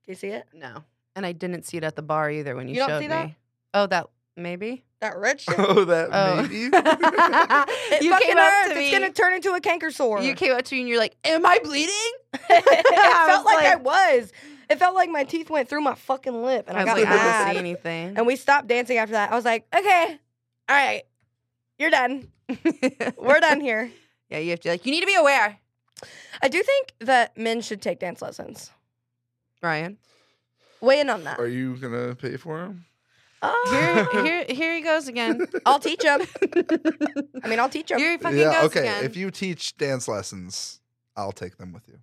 Speaker 3: Do you see it?
Speaker 2: No, and I didn't see it at the bar either when you,
Speaker 3: You don't
Speaker 2: showed
Speaker 3: see
Speaker 2: me.
Speaker 3: that?
Speaker 2: Oh, that maybe.
Speaker 3: That red shit.
Speaker 4: oh, that
Speaker 2: Oh.
Speaker 4: maybe.
Speaker 3: It
Speaker 2: you
Speaker 3: fucking
Speaker 2: came up
Speaker 3: hurts.
Speaker 2: to me.
Speaker 3: It's gonna turn into a canker sore.
Speaker 2: you came up to me and you're like, "Am I bleeding?" I
Speaker 3: it
Speaker 2: was
Speaker 3: felt like, I
Speaker 2: like-
Speaker 3: was. It felt like my teeth went through my fucking lip, and I,
Speaker 2: was
Speaker 3: got
Speaker 2: like, I don't
Speaker 3: mad.
Speaker 2: see anything.
Speaker 3: and we stopped dancing after that. I was like, okay, all right, you're done. We're done here.
Speaker 2: yeah, you have to like, you need to be aware,
Speaker 3: I do think that men should take dance lessons.
Speaker 2: Ryan.
Speaker 3: Weigh in on that.
Speaker 4: Are you gonna pay for him?
Speaker 3: Uh,
Speaker 2: Here, here, here he goes again.
Speaker 3: I'll teach them. I mean, I'll teach them.
Speaker 2: Here he fucking
Speaker 4: yeah.
Speaker 2: goes
Speaker 4: Okay.
Speaker 2: again.
Speaker 4: If you teach dance lessons, I'll take them with you.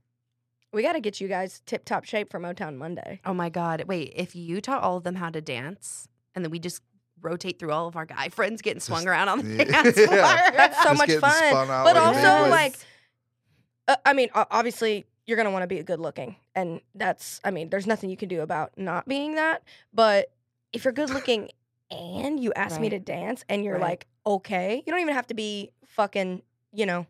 Speaker 3: We got to get you guys tip top shape for Motown Monday.
Speaker 2: oh my god! Wait, if you taught all of them how to dance, and then we just rotate through all of our guy friends getting swung
Speaker 4: Just-
Speaker 2: around on the
Speaker 4: yeah.
Speaker 2: dance floor.
Speaker 4: Yeah.
Speaker 3: That's so
Speaker 4: Just
Speaker 3: much
Speaker 4: getting
Speaker 3: fun.
Speaker 4: spun out
Speaker 3: but
Speaker 4: like
Speaker 3: also,
Speaker 4: mad.
Speaker 3: like- Uh, I mean, o- obviously, you're gonna want to be good looking, and that's. I mean, there's nothing you can do about not being that. But if you're good looking and you ask me
Speaker 2: Right.
Speaker 3: to dance, and you're
Speaker 2: Right.
Speaker 3: like, okay, you don't even have to be fucking, you know,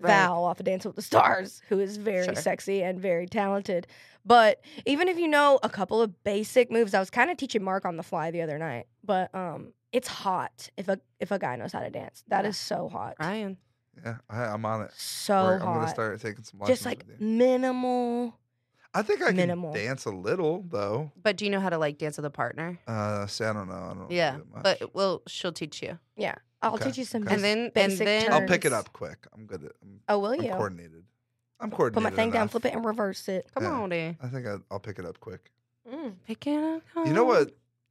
Speaker 2: Right.
Speaker 3: Val off of Dance with the Stars, who is very
Speaker 2: Sure.
Speaker 3: sexy and very talented. But even if you know a couple of basic moves, I was kind of teaching Mark on the fly the other night. But um, it's hot if a if a guy knows how to dance. That is
Speaker 2: Yeah.
Speaker 3: so hot.
Speaker 2: Ryan.
Speaker 4: yeah, I, I'm on it.
Speaker 3: So
Speaker 4: We're- I'm
Speaker 3: hot
Speaker 4: gonna start taking some lessons.
Speaker 3: just like
Speaker 4: with you.
Speaker 3: minimal.
Speaker 4: I think I can
Speaker 3: minimal.
Speaker 4: dance a little though.
Speaker 2: But do you know how to like dance with a partner?
Speaker 4: Uh, so I don't know. I don't.
Speaker 2: Yeah,
Speaker 4: do it much.
Speaker 2: but well, she'll teach you.
Speaker 3: I'll
Speaker 4: Okay,
Speaker 3: teach you some.
Speaker 4: okay.
Speaker 2: And
Speaker 3: just
Speaker 2: then, and
Speaker 3: basic
Speaker 2: then,
Speaker 4: I'll pick it
Speaker 3: turns.
Speaker 4: up quick. I'm good at. I'm,
Speaker 3: Oh, will
Speaker 4: I'm
Speaker 3: you?
Speaker 4: coordinated. I'm
Speaker 3: Put
Speaker 4: coordinated.
Speaker 3: my thing down,
Speaker 4: enough.
Speaker 3: flip it, and reverse it.
Speaker 2: Come
Speaker 4: Yeah.
Speaker 2: on, dude.
Speaker 4: I think I, I'll pick it up quick.
Speaker 5: Mm.
Speaker 2: Pick it up.
Speaker 4: You
Speaker 3: Um,
Speaker 4: know what?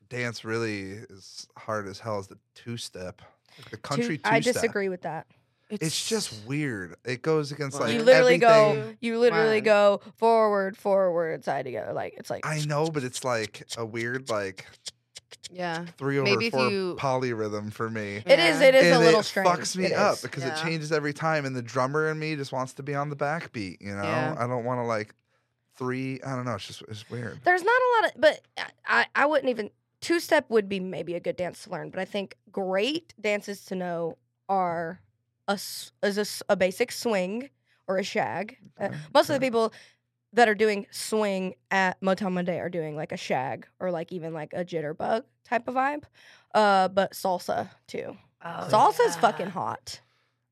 Speaker 4: Dance really is hard as hell. Is the two step, the country two step.
Speaker 3: I disagree with that.
Speaker 4: It's just weird. It goes against
Speaker 2: Well,
Speaker 4: like
Speaker 3: you literally
Speaker 4: everything.
Speaker 3: go, you literally
Speaker 2: One.
Speaker 3: go forward, forward, side together. Like it's like
Speaker 4: I know, but it's like a weird like
Speaker 2: Yeah.
Speaker 4: three over
Speaker 2: Maybe if
Speaker 4: four
Speaker 2: you-
Speaker 4: polyrhythm for me.
Speaker 3: It is. It is
Speaker 4: and
Speaker 3: a little
Speaker 4: it
Speaker 3: strange.
Speaker 4: fucks me
Speaker 3: It
Speaker 4: up
Speaker 3: is.
Speaker 4: because it
Speaker 2: Yeah.
Speaker 4: changes every time, and the drummer in me just wants to be on the backbeat. You know,
Speaker 2: Yeah.
Speaker 4: I don't want to like three. I don't know. It's just it's weird.
Speaker 3: There's not a lot of, but I I wouldn't even two step would be maybe a good dance to learn, but I think great dances to know are a s- is a, s- a basic swing or a shag. Uh,
Speaker 4: Okay,
Speaker 3: most of the
Speaker 4: okay.
Speaker 3: people that are doing swing at Motown Monday are doing like a shag or like even like a jitterbug type of vibe. Uh, but salsa too.
Speaker 2: Oh,
Speaker 3: Salsa's
Speaker 2: yeah.
Speaker 3: fucking hot.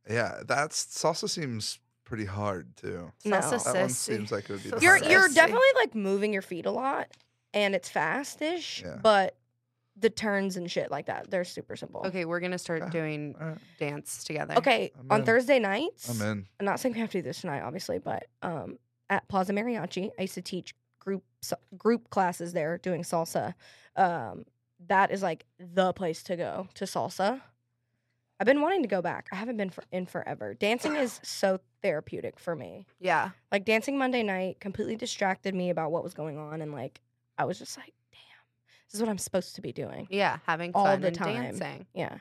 Speaker 4: Yeah, that's salsa seems pretty hard too.
Speaker 3: No.
Speaker 2: Salsa
Speaker 4: That one
Speaker 2: sissy.
Speaker 4: seems like it would be.
Speaker 2: Salsa
Speaker 4: the
Speaker 3: You're
Speaker 2: Sorry.
Speaker 3: you're
Speaker 2: Sexy.
Speaker 4: hardest.
Speaker 3: definitely like moving your feet a lot, and it's fastish.
Speaker 4: Yeah.
Speaker 3: But the turns and shit like that. They're super simple.
Speaker 2: Okay, we're gonna start
Speaker 4: Yeah.
Speaker 2: doing
Speaker 4: All right,
Speaker 2: dance together.
Speaker 3: Okay,
Speaker 4: I'm
Speaker 3: on
Speaker 4: in.
Speaker 3: Thursday nights,
Speaker 4: Eh, I'm in.
Speaker 3: I'm not saying we have to do this tonight, obviously, but um, at Plaza Mariachi, I used to teach group s- group classes there doing salsa. Um, that is like the place to go to salsa. I've been wanting to go back. I haven't been for, in forever. Dancing is so therapeutic for me.
Speaker 2: Yeah.
Speaker 3: Like dancing Monday night completely distracted me about what was going on, and like I was just like, damn, this is what I'm supposed to be doing.
Speaker 2: Yeah. Having
Speaker 3: All
Speaker 2: fun
Speaker 3: the
Speaker 2: and
Speaker 3: time.
Speaker 2: dancing.
Speaker 3: Yeah,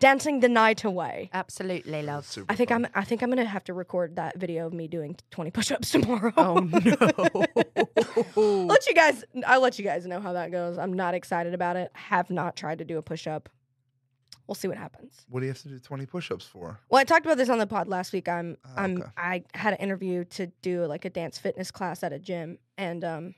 Speaker 3: dancing the night away.
Speaker 2: Absolutely,
Speaker 4: That was
Speaker 2: love.
Speaker 4: super
Speaker 3: I think
Speaker 4: fun.
Speaker 3: I'm. I think I'm gonna have to record that video of me doing 20 push-ups tomorrow.
Speaker 2: Oh
Speaker 3: I'll
Speaker 2: no.
Speaker 3: let you guys. I'll let you guys know how that goes. I'm not excited about it. Have not tried to do a push-up. We'll see what happens.
Speaker 4: What do you have to do 20 push-ups for?
Speaker 3: Well, I talked about this on the pod last week. I'm.
Speaker 4: Ah,
Speaker 3: I'm.
Speaker 4: okay.
Speaker 3: I had an interview to do like a dance fitness class at a gym, and um,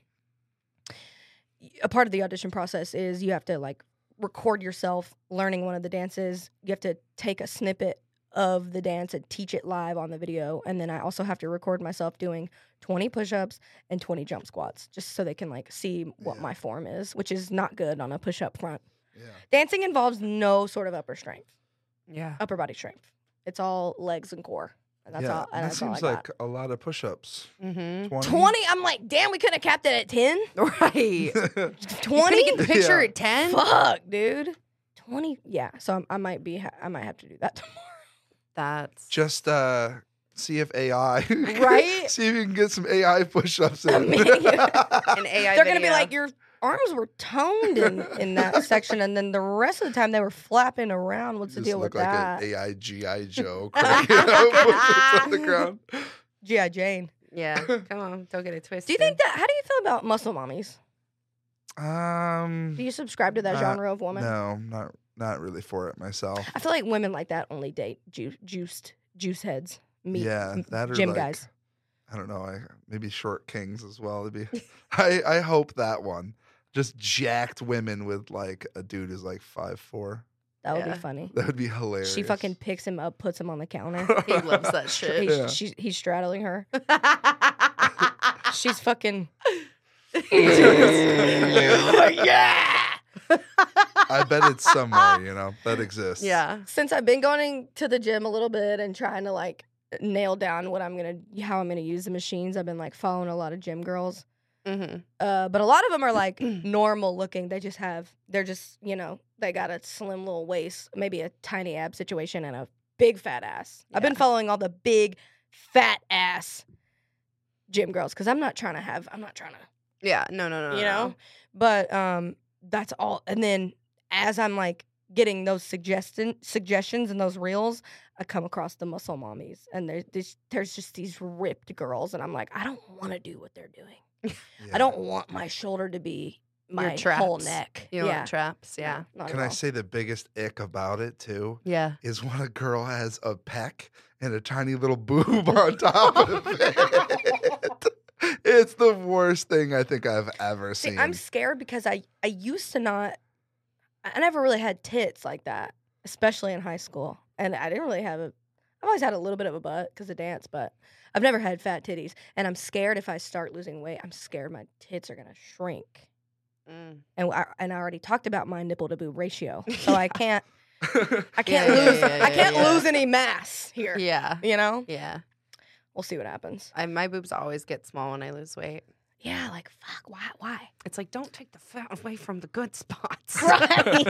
Speaker 3: a part of the audition process is you have to like record yourself learning one of the dances. You have to take a snippet of the dance and teach it live on the video. And then I also have to record myself doing 20 push ups and 20 jump squats just so they can like see what
Speaker 4: Yeah.
Speaker 3: my form is, which is not good on a push up front.
Speaker 4: Yeah.
Speaker 3: Dancing involves no sort of upper strength,
Speaker 2: Yeah.
Speaker 3: upper body strength. It's all legs and core. And that's
Speaker 4: yeah.
Speaker 3: all. And
Speaker 4: that
Speaker 3: that's all I
Speaker 4: seems
Speaker 3: got. Mm,
Speaker 4: like a lot of push-ups.
Speaker 2: Mm-hmm.
Speaker 4: 20?
Speaker 3: 20? I'm like, damn, we couldn't have capped it at 10.
Speaker 2: Right. You
Speaker 3: 20?
Speaker 2: couldn't get the picture
Speaker 4: Yeah.
Speaker 2: at ten.
Speaker 3: Fuck, dude. 20. Yeah. So I'm, I might be, ha- I might have to do that tomorrow.
Speaker 2: That's
Speaker 4: Just uh, see if AI.
Speaker 3: Right?
Speaker 4: see if you can get some AI push-ups in.
Speaker 3: mean,
Speaker 2: an AI.
Speaker 3: They're going to be
Speaker 2: video.
Speaker 3: like, your arms were toned in, in that section. And then the rest of the time they were flapping around. What's the
Speaker 4: Just
Speaker 3: deal with
Speaker 4: look like
Speaker 3: that?
Speaker 4: an AI GI Joe cracking up push-ups on the ground.
Speaker 3: G.I. Jane.
Speaker 2: yeah. Come on, don't get it twisted.
Speaker 3: Do you think that, how do you feel about muscle mommies?
Speaker 4: Um,
Speaker 3: Do you subscribe to that
Speaker 4: Uh,
Speaker 3: genre of woman?
Speaker 4: no, not not really for it myself.
Speaker 3: I feel like women like that only date ju- juiced, juice heads, meat,
Speaker 4: yeah,
Speaker 3: m-
Speaker 4: that or
Speaker 3: gym
Speaker 4: like,
Speaker 3: guys.
Speaker 4: I don't know. I, maybe short kings as well. It'd be, I I hope that one. Just jacked women with like a dude who's like five four.
Speaker 3: That would
Speaker 2: Yeah.
Speaker 3: be funny.
Speaker 4: That would be hilarious.
Speaker 3: She fucking picks him up, puts him on the counter.
Speaker 2: he loves that shit?
Speaker 3: He's,
Speaker 4: Yeah.
Speaker 3: she's, he's straddling her. She's fucking.
Speaker 2: yeah.
Speaker 4: I bet it's somewhere. You know that exists.
Speaker 2: Yeah.
Speaker 3: Since I've been going to the gym a little bit and trying to like nail down what I'm gonna, how I'm gonna use the machines, I've been like following a lot of gym girls.
Speaker 2: Mm-hmm.
Speaker 3: Uh, but a lot of them are like normal looking. They just have, they're just, you know, they got a slim little waist, maybe a tiny ab situation, and a big fat ass. I've been
Speaker 2: Yeah.
Speaker 3: following all the big fat ass gym girls because I'm not trying to have, I'm not trying to
Speaker 2: Yeah. No. No. No.
Speaker 3: you
Speaker 2: no.
Speaker 3: know but um that's all and then as i'm like getting those suggestion suggestions and those reels i come across the muscle mommies and there's this, there's just these ripped girls and i'm like i don't want to do what they're doing
Speaker 4: Yeah.
Speaker 3: i don't want my shoulder to be
Speaker 2: Your
Speaker 3: my whole
Speaker 2: traps.
Speaker 3: neck
Speaker 2: You know,
Speaker 3: yeah
Speaker 2: traps. Yeah.
Speaker 3: No, not
Speaker 4: Can
Speaker 3: at
Speaker 4: I
Speaker 3: all.
Speaker 4: say the biggest ick about it too?
Speaker 2: Yeah.
Speaker 4: Is when a girl has a peck and a tiny little boob on top of it. it's the worst thing I think I've ever
Speaker 3: See,
Speaker 4: seen.
Speaker 3: i'm scared because i i used to not i I never really had tits like that especially in high school and i didn't really have a i've always had a little bit of a butt because of dance but i've never had fat titties and i'm scared if i start losing weight i'm scared my tits are gonna shrink
Speaker 2: Mm.
Speaker 3: and I, and I already talked about my nipple to boob ratio so i can't i
Speaker 2: Yeah,
Speaker 3: can't
Speaker 2: yeah,
Speaker 3: lose
Speaker 2: yeah, yeah,
Speaker 3: i can't
Speaker 2: yeah.
Speaker 3: lose any mass here
Speaker 2: Yeah.
Speaker 3: you know
Speaker 2: Yeah.
Speaker 3: we'll see what happens
Speaker 2: I, my boobs always get small when I lose weight.
Speaker 3: yeah like fuck why why
Speaker 2: It's like don't take the fat away from the good spots.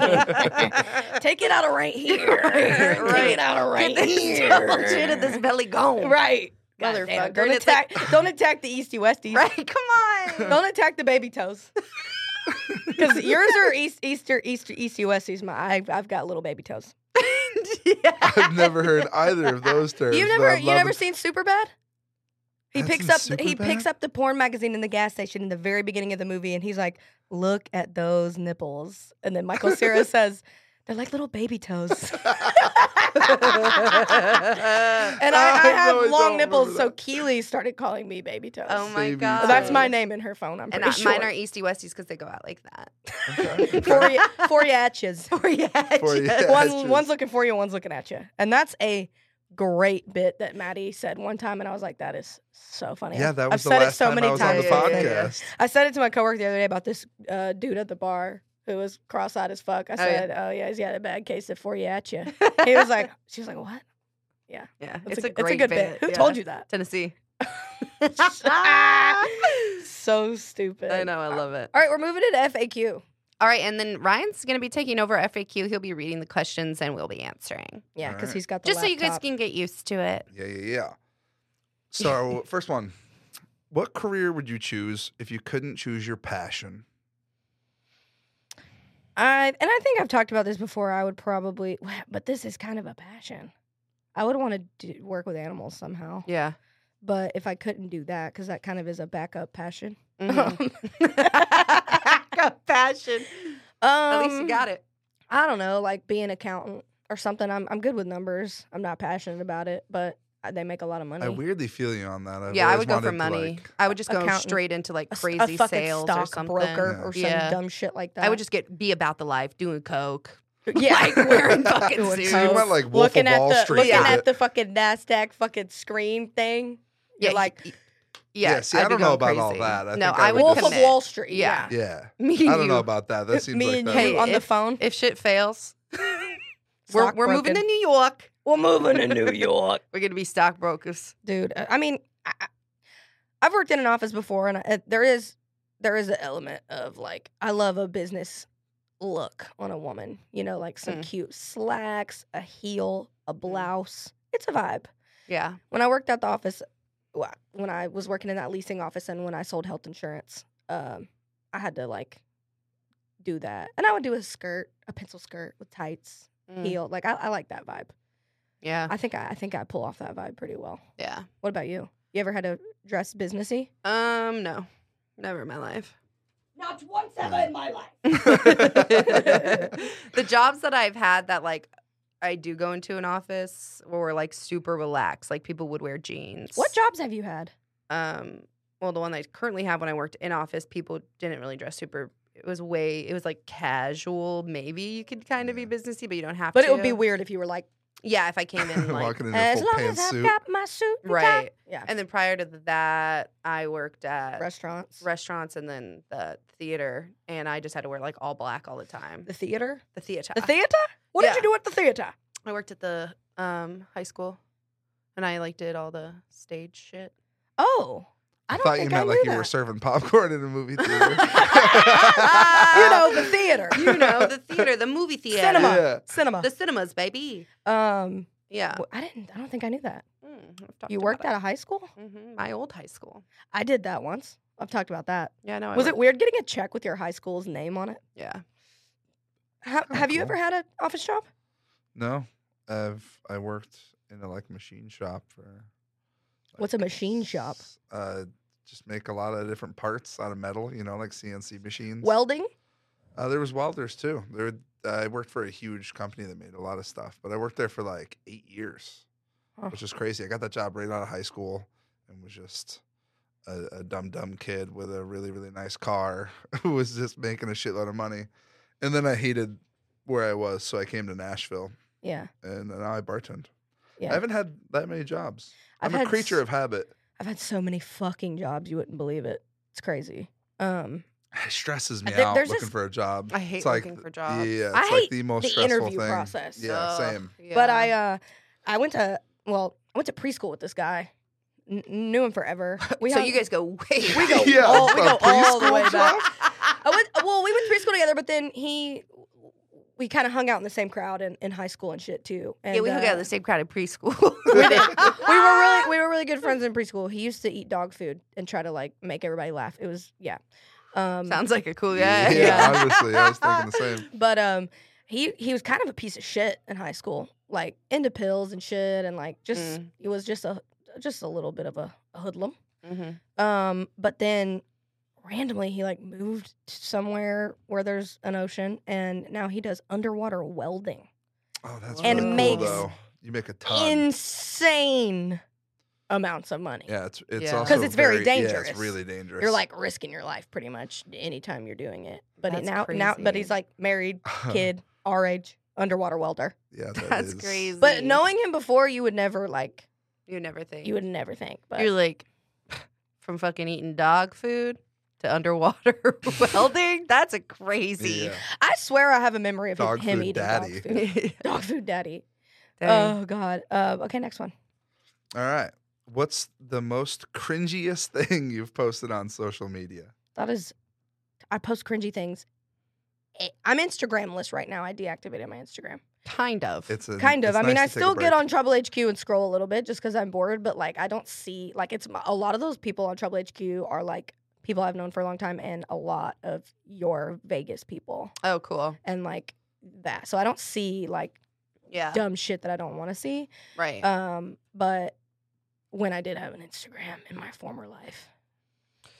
Speaker 3: Right. take it out of right here
Speaker 2: Right.
Speaker 3: take it out of right
Speaker 2: Get this
Speaker 3: here
Speaker 2: double chin of this belly gone.
Speaker 3: Right.
Speaker 2: Goddamn, don't
Speaker 3: Motherfucker. Don't
Speaker 2: attack-
Speaker 3: attack don't attack the Easty Westies.
Speaker 2: Right. Come on.
Speaker 3: Don't attack the baby toes. Because yours are East Easter Easter Easty Westies. My I've, I've got little baby toes.
Speaker 2: yeah.
Speaker 4: I've never heard either of those terms.
Speaker 3: You've
Speaker 4: but
Speaker 3: never
Speaker 4: I'm
Speaker 3: you never
Speaker 4: loving-
Speaker 3: seen Superbad? He
Speaker 4: That's
Speaker 3: picks
Speaker 4: in
Speaker 3: up he picks
Speaker 4: Superbad?
Speaker 3: up the porn magazine in the gas station in the very beginning of the movie and he's like, look at those nipples. And then Michael Cera says, They're like little baby toes. And I, I
Speaker 4: Oh,
Speaker 3: have
Speaker 4: no, I
Speaker 3: long
Speaker 4: don't
Speaker 3: nipples,
Speaker 4: remember
Speaker 3: so
Speaker 4: that.
Speaker 3: Keely started calling me baby toes.
Speaker 2: oh my
Speaker 4: Baby
Speaker 2: god.
Speaker 4: toes.
Speaker 3: That's my name in her phone. I'm
Speaker 2: And
Speaker 3: pretty
Speaker 2: I,
Speaker 3: sure.
Speaker 2: mine are Easty Westies because they go out like that.
Speaker 4: Okay.
Speaker 3: four, four yatches.
Speaker 2: For you.
Speaker 4: For you.
Speaker 3: One,
Speaker 4: Yatches.
Speaker 3: one's looking for you, one's looking at you. And that's a great bit that Maddie said one time, and I was like, that is so funny.
Speaker 4: Yeah,
Speaker 3: I've-
Speaker 4: that was
Speaker 3: I've
Speaker 4: the
Speaker 3: said
Speaker 4: last
Speaker 3: it so
Speaker 4: time
Speaker 3: many
Speaker 4: I was
Speaker 3: times.
Speaker 4: on the
Speaker 2: Yeah, yeah,
Speaker 4: podcast.
Speaker 2: yeah, yeah.
Speaker 3: I said it to my coworker the other day about this uh, dude at the bar who was cross-eyed as fuck. I
Speaker 2: Oh, yeah.
Speaker 3: said, "Oh yeah, he's got a bad case of foriatia." he was like, "She was like, what?
Speaker 2: yeah,
Speaker 3: That's it's a good bit. Who
Speaker 2: yeah.
Speaker 3: told you that?"
Speaker 2: Tennessee.
Speaker 3: so stupid.
Speaker 2: I know, I love it.
Speaker 3: All right, we're moving to FAQ.
Speaker 2: All right, and then Ryan's going to be taking over FAQ. He'll be reading the questions and we'll be answering.
Speaker 3: Yeah,
Speaker 4: All
Speaker 3: because
Speaker 4: right.
Speaker 3: he's got the
Speaker 2: Just so you guys
Speaker 3: laptop.
Speaker 2: can get used to it.
Speaker 4: Yeah, yeah, yeah. So, first one. What career would you choose if you couldn't choose your passion?
Speaker 3: I and I think I've talked about this before. I would probably, but this is kind of a passion. I would want to do, work with animals somehow,
Speaker 2: Yeah.
Speaker 3: but if I couldn't do that, because that kind of is a backup passion.
Speaker 2: Mm. Mm-hmm. Passion.
Speaker 3: Um,
Speaker 2: At least you got it.
Speaker 3: I don't know, like being an accountant or something. I'm I'm good with numbers. I'm not passionate about it, but uh, they make a lot of money.
Speaker 4: I weirdly feel you on that. I've
Speaker 2: yeah, I
Speaker 4: always
Speaker 2: would go for
Speaker 4: wanted to,
Speaker 2: money.
Speaker 4: like-
Speaker 2: I would just go
Speaker 3: accountant.
Speaker 2: straight into like
Speaker 3: A s- a
Speaker 2: crazy
Speaker 3: fucking
Speaker 2: sales or
Speaker 3: stock
Speaker 2: something.
Speaker 3: broker
Speaker 4: Yeah.
Speaker 3: or some
Speaker 2: Yeah.
Speaker 3: dumb shit like that.
Speaker 2: I would just get be about the life, doing coke.
Speaker 3: yeah,
Speaker 2: like, wearing fucking
Speaker 3: Doing
Speaker 2: suits.
Speaker 4: So you
Speaker 3: coke.
Speaker 4: went like Wolf
Speaker 3: looking
Speaker 4: of
Speaker 3: at
Speaker 4: Wall
Speaker 3: the
Speaker 4: Street.
Speaker 3: looking
Speaker 4: with
Speaker 3: at
Speaker 4: it.
Speaker 3: the fucking Nasdaq fucking screen thing. You're
Speaker 2: Yeah,
Speaker 3: like
Speaker 2: Yeah,
Speaker 4: see, I
Speaker 2: I'd be
Speaker 4: don't know
Speaker 2: going
Speaker 4: about all
Speaker 2: crazy.
Speaker 4: that. I
Speaker 2: no,
Speaker 4: think I
Speaker 2: I
Speaker 4: would
Speaker 2: would
Speaker 3: Wolf
Speaker 2: commit.
Speaker 3: of Wall Street.
Speaker 2: Yeah.
Speaker 3: Yeah,
Speaker 4: Yeah,
Speaker 2: Me
Speaker 4: I
Speaker 2: and
Speaker 4: don't
Speaker 2: you.
Speaker 4: know about that. That seems
Speaker 3: me
Speaker 4: like
Speaker 3: and
Speaker 4: that.
Speaker 3: you
Speaker 2: Hey,
Speaker 3: on the
Speaker 2: if-
Speaker 3: phone.
Speaker 2: If shit fails, we're, we're moving to
Speaker 3: Stockbroken.
Speaker 2: New York.
Speaker 5: We're moving to New York.
Speaker 2: We're gonna be stockbrokers.
Speaker 3: dude. uh, I I mean, I, I- I've worked in an office before, and I, uh, there is there is an element of like I love a business look on a woman. You know, like some
Speaker 2: Mm.
Speaker 3: cute slacks, a heel, a blouse. It's a vibe.
Speaker 2: Yeah.
Speaker 3: When I worked at the office, wh- when I was working in that leasing office, and when I sold health insurance, um, I had to like do that, and I would do a skirt, a pencil skirt with tights,
Speaker 2: Mm.
Speaker 3: heel. Like I, I like that vibe.
Speaker 2: Yeah.
Speaker 3: I think I, I think I pull off that vibe pretty well.
Speaker 2: Yeah.
Speaker 3: What about you? You ever had to dress businessy?
Speaker 2: Um. No. Never in my life.
Speaker 5: Not once ever in my life.
Speaker 2: the jobs that I've had that like I do go into an office where we're like super relaxed. Like people would wear jeans.
Speaker 3: What jobs have you had?
Speaker 2: um well the one that I currently have when I worked in office, people didn't really dress super it was way it was like casual. Maybe you could kind of be
Speaker 4: Yeah.
Speaker 2: businessy, but you don't have
Speaker 3: But
Speaker 2: to.
Speaker 3: it would be weird if you were like,
Speaker 2: Yeah, if I came in like
Speaker 4: walking in a
Speaker 3: as
Speaker 4: full
Speaker 3: long as I've
Speaker 4: pantsuit.
Speaker 3: got my suit, and tie."
Speaker 2: Right.
Speaker 3: Yeah.
Speaker 2: and then prior to that I worked at
Speaker 3: Restaurants,
Speaker 2: restaurants and then the theater and I just had to wear like all black all the time.
Speaker 3: the theater,
Speaker 2: The theater.
Speaker 3: the theater. What
Speaker 2: Yeah.
Speaker 3: did you do at the theater?
Speaker 2: I worked at the um high school and I like did all the stage shit.
Speaker 3: Oh, I, don't
Speaker 4: thought
Speaker 3: think
Speaker 4: you meant
Speaker 3: I
Speaker 4: like
Speaker 3: knew
Speaker 4: you were
Speaker 3: that.
Speaker 4: serving popcorn in a movie theater.
Speaker 3: Uh, You know the theater,
Speaker 2: You know, the theater, the movie theater.
Speaker 3: Cinema.
Speaker 4: Yeah.
Speaker 3: cinema.
Speaker 2: The cinemas, baby.
Speaker 3: um,
Speaker 2: Yeah. Mm,
Speaker 3: w- I didn't. I don't think I knew that. You worked at a high school?
Speaker 2: hmm my old high school.
Speaker 3: I did that once. I've talked about that.
Speaker 2: Yeah, no. I
Speaker 3: Was it
Speaker 2: worked-
Speaker 3: weird getting a check with your high school's name on it?
Speaker 2: Yeah.
Speaker 3: Ha-
Speaker 4: Oh,
Speaker 3: have you
Speaker 4: cool.
Speaker 3: ever had an office job?
Speaker 4: No, I've I worked in a like machine shop for. like,
Speaker 3: What's a machine shop?
Speaker 4: s- Uh, just make a lot of different parts out of metal. You know, like CNC machines.
Speaker 3: Welding?
Speaker 4: uh, there was welders too. There, would- I worked for a huge company that made a lot of stuff, but I worked there for like eight years,
Speaker 3: Huh.
Speaker 4: which is crazy. I got that job right out of high school and was just. A, a dumb dumb kid with a really really nice car who was just making a shitload of money, and then I hated where I was, so I came to Nashville
Speaker 3: Yeah.
Speaker 4: and now I bartend.
Speaker 3: Yeah.
Speaker 4: I haven't had that many jobs. i
Speaker 3: I've
Speaker 4: am a
Speaker 3: had
Speaker 4: creature
Speaker 3: s-
Speaker 4: of habit.
Speaker 3: I've had so many fucking jobs, you wouldn't believe it. It's crazy. Um,
Speaker 4: It stresses me
Speaker 3: There-
Speaker 4: out
Speaker 3: there's
Speaker 4: looking
Speaker 3: this-
Speaker 4: for a job.
Speaker 2: I hate
Speaker 4: It's like
Speaker 2: looking
Speaker 4: th-
Speaker 2: for jobs.
Speaker 4: Yeah, it's
Speaker 3: I
Speaker 4: like
Speaker 3: hate
Speaker 4: the most
Speaker 3: the
Speaker 4: stressful
Speaker 3: interview
Speaker 4: thing.
Speaker 3: process.
Speaker 4: Yeah,
Speaker 2: Ugh,
Speaker 4: same.
Speaker 3: but I,
Speaker 2: yeah.
Speaker 3: uh, I went to well, I went to preschool with this guy, N- knew him forever. We
Speaker 2: so
Speaker 3: hung-
Speaker 2: you guys go way.
Speaker 3: we go
Speaker 4: Yeah,
Speaker 3: all
Speaker 4: a
Speaker 3: we go all the
Speaker 4: preschool
Speaker 3: way back.
Speaker 4: job?
Speaker 3: I went well, we went to preschool together, but then he we kind of hung out in the same crowd in, in high school and shit too. And,
Speaker 2: yeah, we hung out
Speaker 3: uh,
Speaker 2: in the Ah! same crowd at preschool.
Speaker 3: we were really we were really good friends in preschool. He used to eat dog food and try to like make everybody laugh. It was yeah. Um,
Speaker 2: Sounds like a cool
Speaker 4: Yeah,
Speaker 2: guy.
Speaker 3: Yeah.
Speaker 4: obviously. I was thinking the same.
Speaker 3: But um, he he was kind of a piece of shit in high school, like into pills and shit, and like just
Speaker 2: Mm.
Speaker 3: it was just a just a little bit of a, a hoodlum.
Speaker 2: Mhm.
Speaker 3: Um, but then randomly he like moved to somewhere where there's an ocean, and now he does underwater welding.
Speaker 4: Oh, that's
Speaker 3: And
Speaker 4: really
Speaker 3: makes
Speaker 4: cool, though. You make a ton.
Speaker 3: Insane amounts of money.
Speaker 4: yeah, it's it's
Speaker 2: Yeah. 'Cause
Speaker 4: also
Speaker 3: it's very
Speaker 4: Yeah,
Speaker 3: dangerous.
Speaker 4: it's really dangerous.
Speaker 3: You're like risking your life pretty much anytime you're doing it. But it
Speaker 2: That's
Speaker 3: now now but
Speaker 2: crazy.
Speaker 3: he's like married, kid, our age, underwater welder.
Speaker 4: yeah, that
Speaker 2: That's
Speaker 4: is-
Speaker 2: crazy.
Speaker 3: But knowing him before, you would never like
Speaker 2: you never think
Speaker 3: you would never think. But
Speaker 2: you're like from fucking eating dog food to underwater welding. That's a crazy.
Speaker 4: Yeah.
Speaker 3: I swear I have a memory of
Speaker 4: Dog
Speaker 3: him
Speaker 4: food
Speaker 3: eating
Speaker 4: daddy.
Speaker 3: dog food. dog food daddy.
Speaker 2: Dang.
Speaker 3: Oh God. Uh, okay, next one.
Speaker 4: All right. What's the most cringiest thing you've posted on social media?
Speaker 3: That is, I post cringy things. Eh, I'm Instagramless right now. I deactivated my Instagram.
Speaker 2: kind of.
Speaker 4: It's a,
Speaker 3: Kind of.
Speaker 4: it's
Speaker 3: I mean,
Speaker 4: nice
Speaker 3: I
Speaker 4: to take a
Speaker 3: still get
Speaker 4: break.
Speaker 3: on Trouble HQ and scroll a little bit just because I'm bored, but like I don't see like it's a lot of those people on Trouble HQ are like people I've known for a long time and a lot of your Vegas people
Speaker 2: oh, cool.
Speaker 3: and like that. So I don't see like
Speaker 2: Yeah.
Speaker 3: dumb shit that I don't want to see.
Speaker 2: Right.
Speaker 3: Um, but when I did have an Instagram in my former life,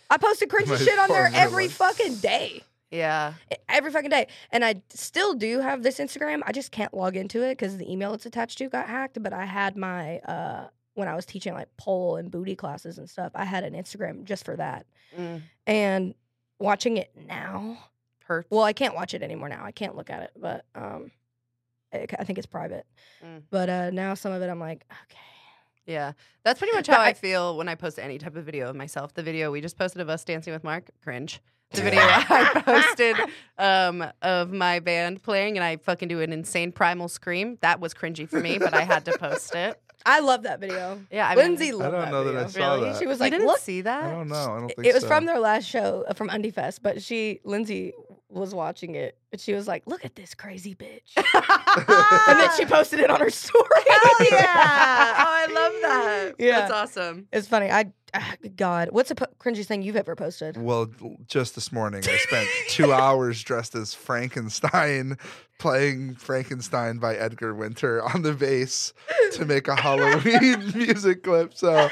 Speaker 3: I posted cringy
Speaker 4: My
Speaker 3: shit on there
Speaker 4: former
Speaker 3: every
Speaker 4: life.
Speaker 3: fucking day. E,
Speaker 2: yeah.
Speaker 3: Every fucking day. And I still do have this Instagram. I just can't log into it because the email it's attached to got hacked. But I had my, uh, when I was teaching like pole and booty classes and stuff, I had an Instagram just for that.
Speaker 2: Mm,
Speaker 3: And watching it now,
Speaker 2: hurts.
Speaker 3: well, I can't watch it anymore now. I can't look at it, but um, I I think it's private.
Speaker 2: Mm.
Speaker 3: But uh, now some of it, I'm like, okay.
Speaker 2: Yeah. That's pretty much how
Speaker 3: But
Speaker 2: I,
Speaker 3: I-
Speaker 2: feel when I post any type of video of myself. The video we just posted of us dancing with Mark, cringe. The video I posted um, of my band playing and I fucking do an insane primal scream. That was cringy for me, but I had to post it.
Speaker 3: I love that video.
Speaker 2: Yeah, I mean,
Speaker 3: Lindsay
Speaker 4: I
Speaker 3: loved
Speaker 4: don't know that I
Speaker 3: video.
Speaker 4: saw
Speaker 2: Really?
Speaker 4: that.
Speaker 3: She was
Speaker 2: you
Speaker 3: like,
Speaker 2: didn't
Speaker 3: "Look,
Speaker 2: see that?
Speaker 4: I don't know. I don't think
Speaker 3: it was
Speaker 4: so.
Speaker 3: from their last show uh, from Undie Fest, but she Lindsay was watching it, and she was like, "Look at this crazy bitch," and then she posted it on her story.
Speaker 2: Hell yeah! Oh, I love that.
Speaker 3: Yeah.
Speaker 2: That's awesome.
Speaker 3: It's funny. I ah, God, what's the po- cringiest thing you've ever posted?
Speaker 4: Well, l- just this morning, I spent two hours dressed as Frankenstein, playing Frankenstein by Edgar Winter on the bass to make a Halloween music clip. So,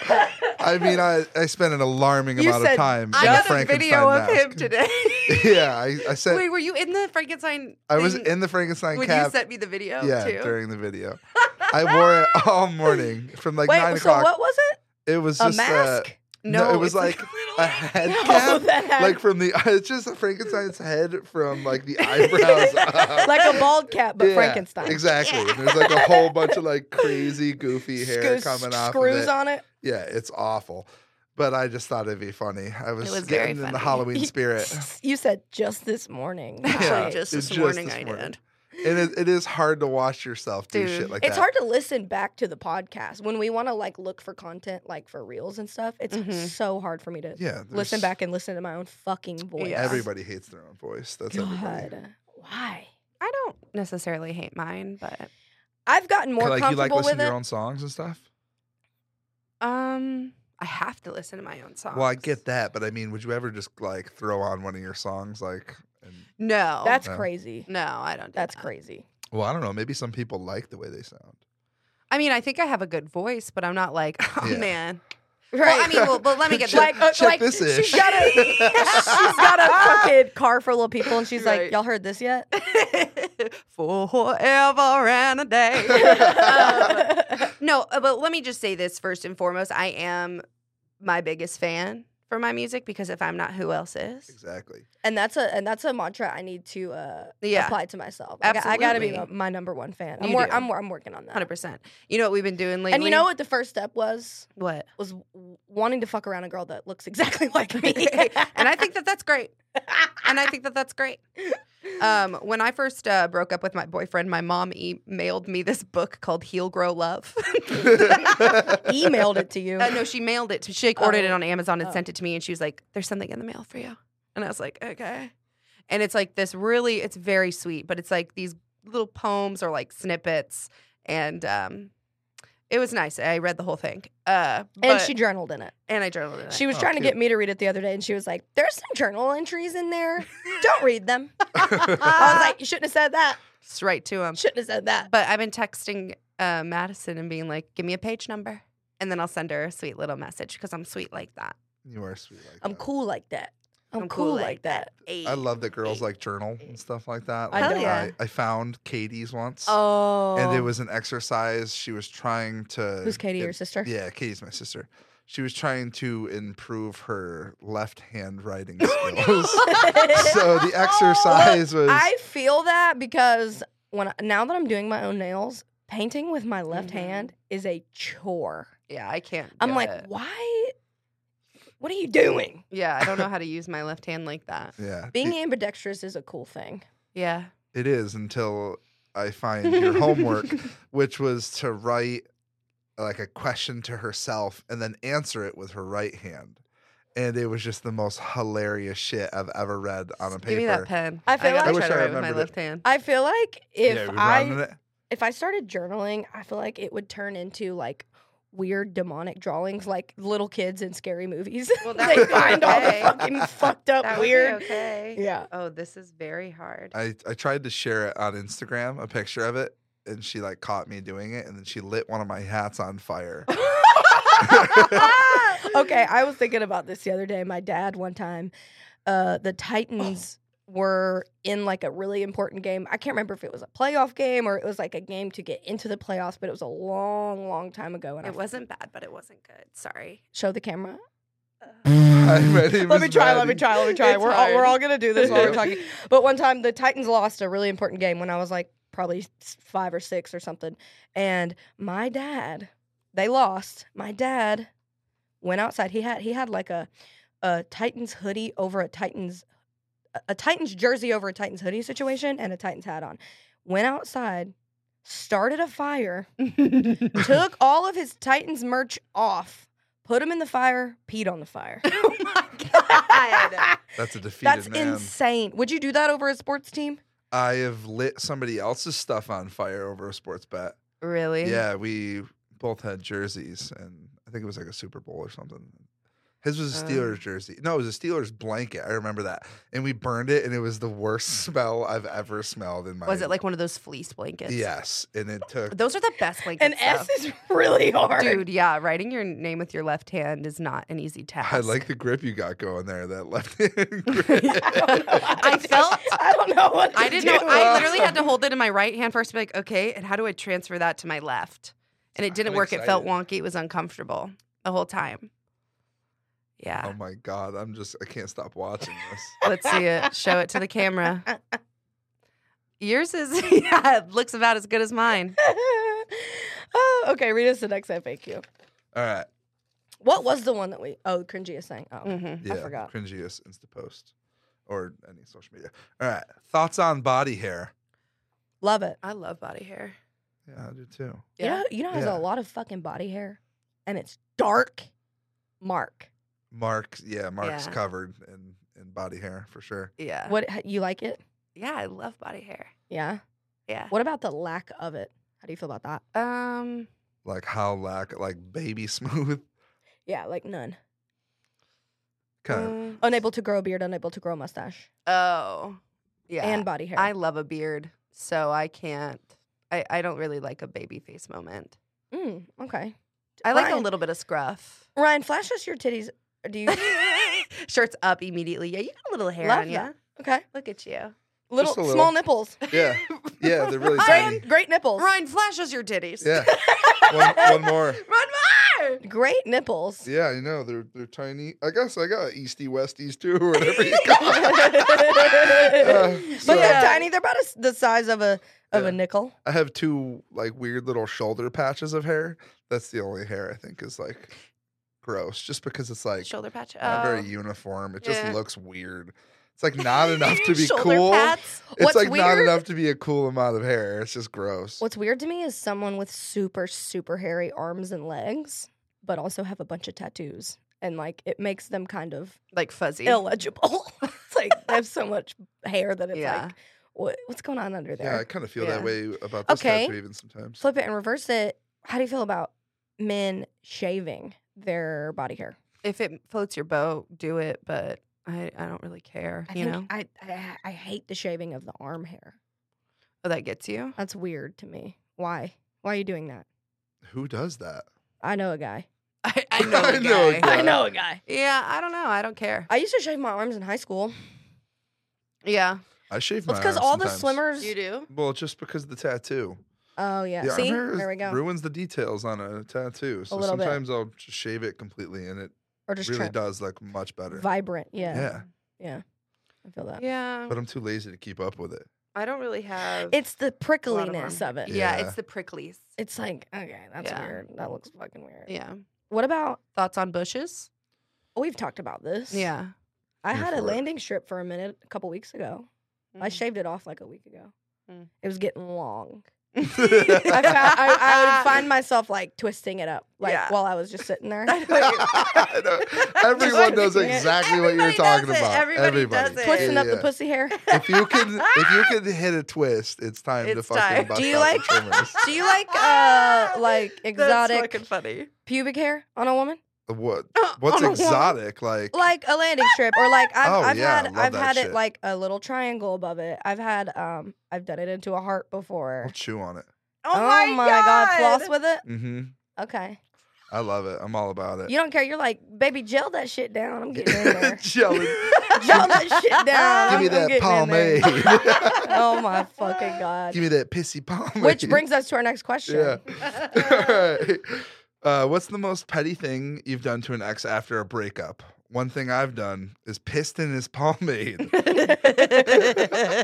Speaker 4: I mean, I, I spent an alarming
Speaker 3: You
Speaker 4: amount
Speaker 3: said,
Speaker 4: of time.
Speaker 2: I
Speaker 4: in
Speaker 2: got a
Speaker 4: Frankenstein
Speaker 2: video of
Speaker 4: mask.
Speaker 2: him today.
Speaker 4: yeah, I, I sent.
Speaker 2: Wait, were you in the Frankenstein?
Speaker 4: I was
Speaker 2: thing
Speaker 4: in the Frankenstein
Speaker 2: when
Speaker 4: cap.
Speaker 2: you sent me the video
Speaker 4: yeah,
Speaker 2: too.
Speaker 4: during the video, I wore it all morning from like nine
Speaker 3: Wait, so
Speaker 4: o'clock.
Speaker 3: what was it?
Speaker 4: It was
Speaker 3: A
Speaker 4: just uh,
Speaker 3: mask?
Speaker 4: no, it
Speaker 2: it's
Speaker 4: was like a head
Speaker 3: No,
Speaker 4: cap.
Speaker 3: that had-
Speaker 4: like from the it's just Frankenstein's head from like the eyebrows up.
Speaker 3: like a bald cat, but
Speaker 4: Yeah,
Speaker 3: Frankenstein.
Speaker 4: Exactly. And there's like a whole bunch of like crazy goofy hair
Speaker 3: Screws,
Speaker 4: coming off. of
Speaker 3: screws
Speaker 4: it.
Speaker 3: on it.
Speaker 4: Yeah, it's awful. But I just thought it'd be funny. I was,
Speaker 2: was very
Speaker 4: getting in the
Speaker 2: funny.
Speaker 4: Halloween spirit.
Speaker 3: You said just this morning.
Speaker 4: Yeah,
Speaker 3: Right.
Speaker 2: just this
Speaker 4: it's just
Speaker 2: morning
Speaker 4: this
Speaker 2: I
Speaker 4: morning.
Speaker 2: did.
Speaker 4: It is, it is hard to watch yourself do
Speaker 2: Dude,
Speaker 4: shit like
Speaker 3: it's
Speaker 4: that.
Speaker 3: hard to listen back to the podcast when we want to like look for content like for reels and stuff it's
Speaker 2: Mhm.
Speaker 3: so hard for me to
Speaker 4: Mm-hmm. Yeah.
Speaker 3: listen
Speaker 4: there's-
Speaker 3: back and listen to my own fucking voice
Speaker 2: Yeah.
Speaker 4: Everybody hates their own voice. That's everybody.
Speaker 3: god why
Speaker 2: I don't necessarily hate mine, but
Speaker 3: i've gotten more
Speaker 4: like you like
Speaker 3: comfortable
Speaker 4: listening
Speaker 3: with
Speaker 4: to
Speaker 3: it
Speaker 4: your own songs and stuff?
Speaker 2: um, I have to listen to my own songs.
Speaker 4: Well, I get that, but I mean, would you ever just like throw on one of your songs like and
Speaker 2: No,
Speaker 3: that's
Speaker 4: No.
Speaker 3: crazy
Speaker 2: no, I don't. Do
Speaker 3: that's
Speaker 2: that.
Speaker 3: crazy
Speaker 4: Well, I don't know. Maybe some people like the way they sound.
Speaker 2: I mean, I think I have a good voice, but I'm not like, oh
Speaker 4: Yeah.
Speaker 2: man.
Speaker 3: right
Speaker 2: Well, I mean, well, but let me get
Speaker 4: Check-
Speaker 3: like, uh,
Speaker 4: check
Speaker 3: like
Speaker 4: this
Speaker 3: she's
Speaker 4: ish.
Speaker 3: got a she's got a fucking car full of people and she's like
Speaker 2: Right.
Speaker 3: y'all heard this yet Um,
Speaker 2: that forever and a day. Um, No, uh, but let me just say this first and foremost. I am my biggest fan for my music because if I'm not, who else is?
Speaker 4: Exactly.
Speaker 3: and that's a and that's a mantra i need to uh
Speaker 2: Yeah.
Speaker 3: apply to myself Like, I, I gotta be
Speaker 2: Absolutely.
Speaker 3: my number one fan i'm,
Speaker 2: You
Speaker 3: wor-
Speaker 2: do.
Speaker 3: I'm, wor- I'm working on that
Speaker 2: 100%. You know what we've been doing lately?
Speaker 3: And you know what the first step was?
Speaker 2: What?
Speaker 3: Was w- wanting to fuck around a girl that looks exactly like me.
Speaker 2: and I think that that's great. And I think that that's great. Um, when I first uh, broke up with my boyfriend, my mom emailed me this book called Heal Grow Love.
Speaker 3: emailed it to you.
Speaker 2: Uh, no, she mailed it. To, she like, ordered it
Speaker 3: Oh.
Speaker 2: on Amazon and
Speaker 3: Oh.
Speaker 2: sent it to me, and she was like, "There's something in the mail for you," and I was like, "Okay." And it's like this really, it's very sweet, but it's like these little poems or like snippets, and um, it was nice. I read the whole thing, uh,
Speaker 3: and
Speaker 2: but-
Speaker 3: she journaled in it.
Speaker 2: and I journaled it.
Speaker 3: She was
Speaker 4: Oh,
Speaker 3: trying to
Speaker 4: cute.
Speaker 3: get me to read it the other day, and she was like, "There's some journal entries in there. Don't read them." I was like, "You shouldn't have said that.
Speaker 2: It's right to him.
Speaker 3: Shouldn't have said that."
Speaker 2: But I've been texting uh, Madison and being like, "Give me a page number," and then I'll send her a sweet little message because I'm sweet like that.
Speaker 4: You are sweet like
Speaker 3: I'm
Speaker 4: that.
Speaker 3: cool like that. I'm, cool, like that.
Speaker 4: I love that girls like journal and stuff like that.
Speaker 3: I
Speaker 4: Like,
Speaker 3: know.
Speaker 2: Hell yeah.
Speaker 4: I, I found Katie's once.
Speaker 2: Oh,
Speaker 4: And it was an exercise. She was trying to.
Speaker 3: Who's Katie,
Speaker 4: it-
Speaker 3: your sister?
Speaker 4: Yeah, Katie's my sister. She was trying to improve her left hand writing skills. so the exercise was.
Speaker 3: I feel that because when I, now that I'm doing my own nails, painting with my left
Speaker 2: Mhm.
Speaker 3: hand is a chore.
Speaker 2: yeah. I can't.
Speaker 3: I'm
Speaker 2: do
Speaker 3: like,
Speaker 2: it.
Speaker 3: why? What are you doing?
Speaker 2: Yeah, I don't know how to use my left hand like that.
Speaker 4: Yeah.
Speaker 3: Being
Speaker 4: it-
Speaker 3: ambidextrous is a cool thing.
Speaker 2: Yeah.
Speaker 4: it is until I find your homework, which was to write like a question to herself and then answer it with her right hand. And it was just the most hilarious shit I've ever read on a paper.
Speaker 2: Give me that pen.
Speaker 3: I feel
Speaker 2: gotta
Speaker 3: like- I
Speaker 2: try
Speaker 4: wish
Speaker 2: to
Speaker 4: I
Speaker 2: write with my
Speaker 4: remembered it.
Speaker 2: left hand.
Speaker 3: I feel like if
Speaker 4: yeah, we
Speaker 3: I
Speaker 4: rounded it.
Speaker 3: if I started journaling, I feel like it would turn into like weird demonic drawings, like little kids in scary movies.
Speaker 2: Well, that
Speaker 3: they
Speaker 2: would be
Speaker 3: find all the
Speaker 2: okay.
Speaker 3: fucking fucked up
Speaker 2: That would be
Speaker 3: weird.
Speaker 2: okay.
Speaker 3: Yeah.
Speaker 2: Oh, this is very hard.
Speaker 4: I, I tried to share it on Instagram, a picture of it, and she like caught me doing it and then she lit one of my hats on fire.
Speaker 3: okay, I was thinking about this the other day. My dad, one time, uh, the Titans were in like a really important game. I can't remember if it was a playoff game or it was like a game to get into the playoffs, but it was a long, long time ago. And I
Speaker 2: It wasn't bad, but it wasn't good. Sorry.
Speaker 3: show the camera.
Speaker 4: Hi, my name
Speaker 3: Let
Speaker 4: is
Speaker 3: me try. Let me
Speaker 4: Maddie.
Speaker 3: try. Let me try.
Speaker 2: It's
Speaker 3: We're all, we're
Speaker 2: hard.
Speaker 3: all gonna do this while we're
Speaker 4: Yeah.
Speaker 3: talking. But one time, the Titans lost a really important game when I was like probably s- five or six or something, and my dad, they lost. My dad went outside. He had he had like a a Titans hoodie over a Titans a- a Titans jersey over a Titans hoodie situation and a Titans hat on. Went outside, started a fire, took all of his Titans merch off, put him in the fire, peed on the fire.
Speaker 2: oh my god.
Speaker 4: That's a defeated
Speaker 3: That's
Speaker 4: man.
Speaker 3: insane. Would you do that over a sports team?
Speaker 4: I have lit somebody else's stuff on fire over a sports bet.
Speaker 2: really?
Speaker 4: Yeah, we both had jerseys, and I think it was like a Super Bowl or something. His was a
Speaker 2: Oh.
Speaker 4: Steelers jersey. No, it was a Steelers blanket. I remember that. And we burned it, and it was the worst smell I've ever smelled in my.
Speaker 2: Was it like one of those fleece blankets?
Speaker 4: Yes, and it took.
Speaker 2: Those are the best blankets.
Speaker 3: An S is really hard.
Speaker 2: Dude, yeah, writing your name with your left hand is not an easy task.
Speaker 4: I like the grip you got going there. That left hand
Speaker 3: I don't know what
Speaker 4: grip.
Speaker 3: to
Speaker 2: I
Speaker 3: do.
Speaker 2: felt-
Speaker 3: I don't know what. To
Speaker 2: I didn't know.
Speaker 3: do.
Speaker 2: I literally had to hold it in my right hand first to be like, okay, and how do I transfer that to my left? And it didn't
Speaker 4: I'm
Speaker 2: work. It felt
Speaker 4: excited.
Speaker 2: wonky. It was uncomfortable the whole time. Yeah.
Speaker 4: oh my god! I'm just. I can't stop watching this.
Speaker 2: Let's see it. Show it to the camera. Yours is, yeah, it looks about as good as mine.
Speaker 3: oh, okay, read us the next FAQ.
Speaker 4: All right.
Speaker 3: What was the one that we? Oh, cringiest thing. Oh,
Speaker 2: hmm
Speaker 4: Yeah.
Speaker 3: forgot.
Speaker 4: Cringiest Insta post, or any social media. All right. Thoughts on body hair?
Speaker 3: love it.
Speaker 2: I love body hair.
Speaker 4: Yeah, I do too.
Speaker 3: You know, you know, who has
Speaker 4: Yeah.
Speaker 3: a lot of fucking body hair, and it's dark. Mark,
Speaker 4: Mark, yeah, Mark's
Speaker 2: Yeah.
Speaker 4: covered in in body hair for sure.
Speaker 2: Yeah.
Speaker 3: what you like it?
Speaker 2: Yeah, I love body hair.
Speaker 3: Yeah.
Speaker 2: Yeah.
Speaker 3: What about the lack of it? How do you feel about that?
Speaker 2: Um,
Speaker 4: Like how lack, like baby smooth,
Speaker 3: Yeah, like none.
Speaker 4: kind of.
Speaker 2: mm,
Speaker 3: Unable to grow a beard, unable to grow a mustache,
Speaker 2: oh, yeah.
Speaker 3: and body hair.
Speaker 2: I love a beard, so I can't. I, I don't really like a baby face moment.
Speaker 3: Mm, okay.
Speaker 2: I like
Speaker 3: Ryan-
Speaker 2: a little bit of scruff.
Speaker 3: Ryan, flash us your titties. Do you?
Speaker 2: Shirts up immediately. Yeah, you got a little hair
Speaker 3: Love
Speaker 2: on you.
Speaker 3: that. Okay.
Speaker 2: Look at you.
Speaker 3: Little,
Speaker 4: a little.
Speaker 3: small nipples.
Speaker 4: Yeah,
Speaker 2: Mm.
Speaker 4: yeah, they're really
Speaker 3: Graham,
Speaker 4: tiny.
Speaker 3: great nipples.
Speaker 2: Ryan flashes your titties.
Speaker 4: Yeah, one, one more.
Speaker 2: Run more.
Speaker 3: Great nipples.
Speaker 4: Yeah, I know they're they're tiny. I guess I got easty westies too, or whatever you call it. Uh,
Speaker 3: but
Speaker 4: so
Speaker 3: they're tiny. They're about as- the size of a of
Speaker 4: Yeah.
Speaker 3: a nickel.
Speaker 4: I have two like weird little shoulder patches of hair. That's the only hair I think is like gross, just because it's like
Speaker 2: Shoulder patch.
Speaker 4: not
Speaker 2: Oh.
Speaker 4: very uniform. It just
Speaker 2: Yeah.
Speaker 4: looks weird. It's like not enough to be
Speaker 2: Shoulder
Speaker 4: cool.
Speaker 2: Pats.
Speaker 4: It's
Speaker 3: What's
Speaker 4: like not
Speaker 3: weird-
Speaker 4: enough to be a cool amount of hair. It's just gross.
Speaker 3: What's weird to me is someone with super super hairy arms and legs, but also have a bunch of tattoos, and like it makes them kind of
Speaker 2: Like fuzzy.
Speaker 3: illegible. it's like they have so much hair that it's
Speaker 2: Yeah.
Speaker 3: like, what, what's going on under there?
Speaker 4: Yeah, I kind of feel
Speaker 2: Yeah.
Speaker 4: that way about this
Speaker 3: Okay.
Speaker 4: tattoo even sometimes.
Speaker 3: flip it and reverse it. How do you feel about men shaving their body hair?
Speaker 2: If it floats your boat, do it. But I, I don't really care.
Speaker 3: I
Speaker 2: you
Speaker 3: think
Speaker 2: know.
Speaker 3: I, I I hate the shaving of the arm hair.
Speaker 2: oh, that gets you.
Speaker 3: That's weird to me. Why? Why are you doing that?
Speaker 4: Who does that?
Speaker 3: I know a guy.
Speaker 2: I, I know.
Speaker 4: I
Speaker 2: a
Speaker 4: know a
Speaker 2: guy.
Speaker 4: guy. I know
Speaker 3: a guy.
Speaker 2: Yeah, I don't know. I don't care.
Speaker 3: I used to shave my arms in high school.
Speaker 2: Yeah.
Speaker 4: I shave my.
Speaker 3: That's because
Speaker 4: arms
Speaker 3: all the
Speaker 4: sometimes.
Speaker 3: swimmers.
Speaker 2: do?
Speaker 4: Well, just because of the tattoo.
Speaker 3: Oh yeah.
Speaker 4: The arm
Speaker 3: See,
Speaker 4: hair is-
Speaker 3: there we go.
Speaker 4: Ruins the details on a tattoo. So
Speaker 3: little bit.
Speaker 4: sometimes I'll just shave it completely, and it
Speaker 3: or just
Speaker 4: really
Speaker 3: trim.
Speaker 4: does look much better.
Speaker 3: Vibrant. Yeah.
Speaker 4: Yeah.
Speaker 3: I feel that.
Speaker 2: Yeah.
Speaker 4: But I'm too lazy to keep up with it.
Speaker 2: I don't really have.
Speaker 3: It's the
Speaker 2: arm
Speaker 3: prickliness of,
Speaker 2: hair.
Speaker 3: it.
Speaker 2: yeah,
Speaker 4: Yeah.
Speaker 2: it's the pricklies.
Speaker 3: It's like okay, that's
Speaker 2: Yeah.
Speaker 3: weird. That looks fucking weird.
Speaker 2: Yeah.
Speaker 3: What about
Speaker 2: Thoughts on bushes?
Speaker 3: We've talked about this.
Speaker 2: Yeah.
Speaker 3: I
Speaker 4: Here
Speaker 3: had a
Speaker 4: for it.
Speaker 3: landing strip for a minute a couple weeks ago. I shaved it off like a week ago.
Speaker 2: Mm.
Speaker 3: It was getting long.
Speaker 2: Mhm.
Speaker 3: I, found, I, I would find myself like twisting it up, like
Speaker 2: Yeah.
Speaker 3: while I was just sitting there.
Speaker 2: I know what you-
Speaker 4: I know. Everyone knows exactly what you're
Speaker 2: Everybody does
Speaker 4: talking
Speaker 2: it.
Speaker 4: about.
Speaker 2: Everybody does it.
Speaker 3: Twisting
Speaker 4: Yeah,
Speaker 3: up the
Speaker 4: yeah.
Speaker 3: pussy hair.
Speaker 4: If you can, if you can hit a twist, it's time to
Speaker 2: It's
Speaker 4: fucking
Speaker 2: time.
Speaker 4: bust
Speaker 3: Do you
Speaker 4: out
Speaker 3: like-
Speaker 4: the trimmers.
Speaker 3: Do you like uh like
Speaker 2: That's
Speaker 3: exotic
Speaker 2: fucking funny.
Speaker 3: pubic hair on a woman?
Speaker 4: What? What's
Speaker 3: Oh, yeah.
Speaker 4: exotic? Like,
Speaker 3: Like a landing strip, or like I've,
Speaker 4: Oh,
Speaker 3: I've
Speaker 4: yeah, I
Speaker 3: had
Speaker 4: love
Speaker 3: I've
Speaker 4: that
Speaker 3: had
Speaker 4: shit.
Speaker 3: it like a little triangle above it. I've had um I've done it into a heart
Speaker 4: I'll
Speaker 3: before.
Speaker 4: chew on it.
Speaker 2: Oh, my, god.
Speaker 3: floss with it.
Speaker 4: Mm-hmm.
Speaker 3: Okay,
Speaker 4: I love it. I'm all about it.
Speaker 3: you don't care. You're like, baby, gel that shit down. I'm getting in there.
Speaker 4: Jelly.
Speaker 3: gel that shit down.
Speaker 4: Give
Speaker 3: I'm, I'm
Speaker 4: me that
Speaker 3: getting in there.
Speaker 4: pomade.
Speaker 3: oh my fucking god.
Speaker 4: Give me that pissy pomade.
Speaker 3: Which brings us to our next question.
Speaker 4: Yeah. All right. Uh, what's the most petty thing you've done to an ex after a breakup? One thing I've done is pissed in his pomade.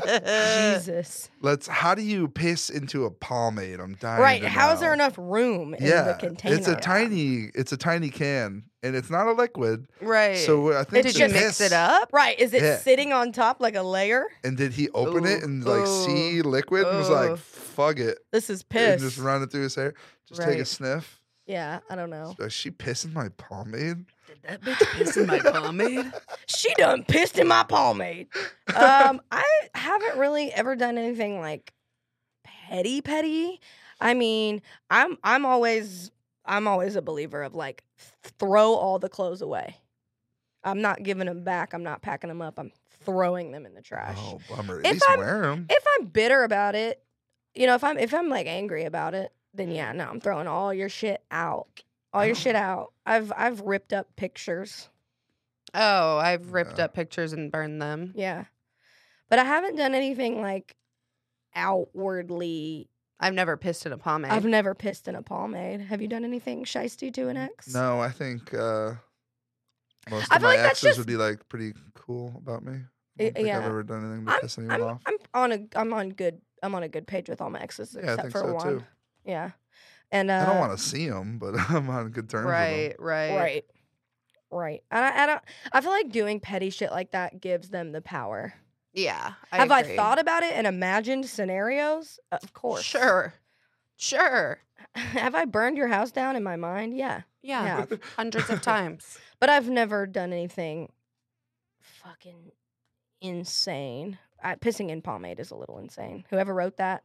Speaker 3: Jesus.
Speaker 4: Let's. How do you piss into a pomade? I'm dying.
Speaker 3: Right.
Speaker 4: to
Speaker 3: How is there
Speaker 4: know.
Speaker 3: enough room in
Speaker 4: yeah,
Speaker 3: the container?
Speaker 4: it's a tiny. It's a tiny can, and it's not a liquid.
Speaker 2: Right.
Speaker 4: So I think
Speaker 2: did
Speaker 4: she
Speaker 2: you mix
Speaker 4: pissed.
Speaker 2: it up?
Speaker 3: Right. Is it
Speaker 4: Yeah.
Speaker 3: sitting on top like a layer?
Speaker 4: And did he open it
Speaker 2: Ooh,
Speaker 4: and like
Speaker 2: ooh,
Speaker 4: see liquid and was
Speaker 2: ooh.
Speaker 4: like, "Fuck it,"
Speaker 3: This is
Speaker 4: and
Speaker 3: piss.
Speaker 4: just run it through his hair? Just take a
Speaker 2: Right.
Speaker 4: sniff.
Speaker 3: yeah, I don't know.
Speaker 4: Is she pissing my pomade?
Speaker 2: Did that bitch piss in my pomade?
Speaker 3: She done pissed in my pomade. Um, I haven't really ever done anything like petty petty. I mean, I'm I'm always I'm always a believer of like throw all the clothes away. I'm not giving them back. I'm not packing them up. I'm throwing them in the trash.
Speaker 4: Oh, bummer. At
Speaker 3: If
Speaker 4: least
Speaker 3: I'm-
Speaker 4: wear them.
Speaker 3: if I'm bitter about it, you know, if I'm if I'm like angry about it, then yeah, no, I'm throwing all your shit out. All your shit out. I've I've ripped up pictures.
Speaker 2: Oh, I've ripped
Speaker 4: Yeah.
Speaker 2: up pictures and burned them.
Speaker 3: Yeah. But I haven't done anything like outwardly.
Speaker 2: I've never pissed in a pomade.
Speaker 3: I've never pissed in a pomade. Have you done anything shisty to an ex?
Speaker 4: No, I think uh, most of
Speaker 3: I feel
Speaker 4: my
Speaker 3: like that's
Speaker 4: exes
Speaker 3: just-
Speaker 4: would be like pretty cool about me. I
Speaker 3: Y-
Speaker 4: don't think I've
Speaker 3: yeah.
Speaker 4: ever done anything to piss anyone
Speaker 3: I'm,
Speaker 4: off.
Speaker 3: I'm on a I'm on good I'm on a good page with all my exes
Speaker 4: yeah, I
Speaker 3: except
Speaker 4: think
Speaker 3: for
Speaker 4: so
Speaker 3: one.
Speaker 4: too.
Speaker 3: Yeah. And uh,
Speaker 4: I don't want to see them, but I'm on good terms
Speaker 2: Right, right.
Speaker 3: Right. Right. And I, I don't I feel like doing petty shit like that gives them the power.
Speaker 2: Yeah.
Speaker 3: Have I
Speaker 2: agree.
Speaker 3: thought about it and imagined scenarios? Of course.
Speaker 2: Sure. Sure.
Speaker 3: Have I burned your house down in my mind? Yeah.
Speaker 2: Yeah.
Speaker 3: Yeah.
Speaker 2: Hundreds of times.
Speaker 3: But I've never done anything fucking insane. I, pissing in pomade is a little insane. Whoever wrote that,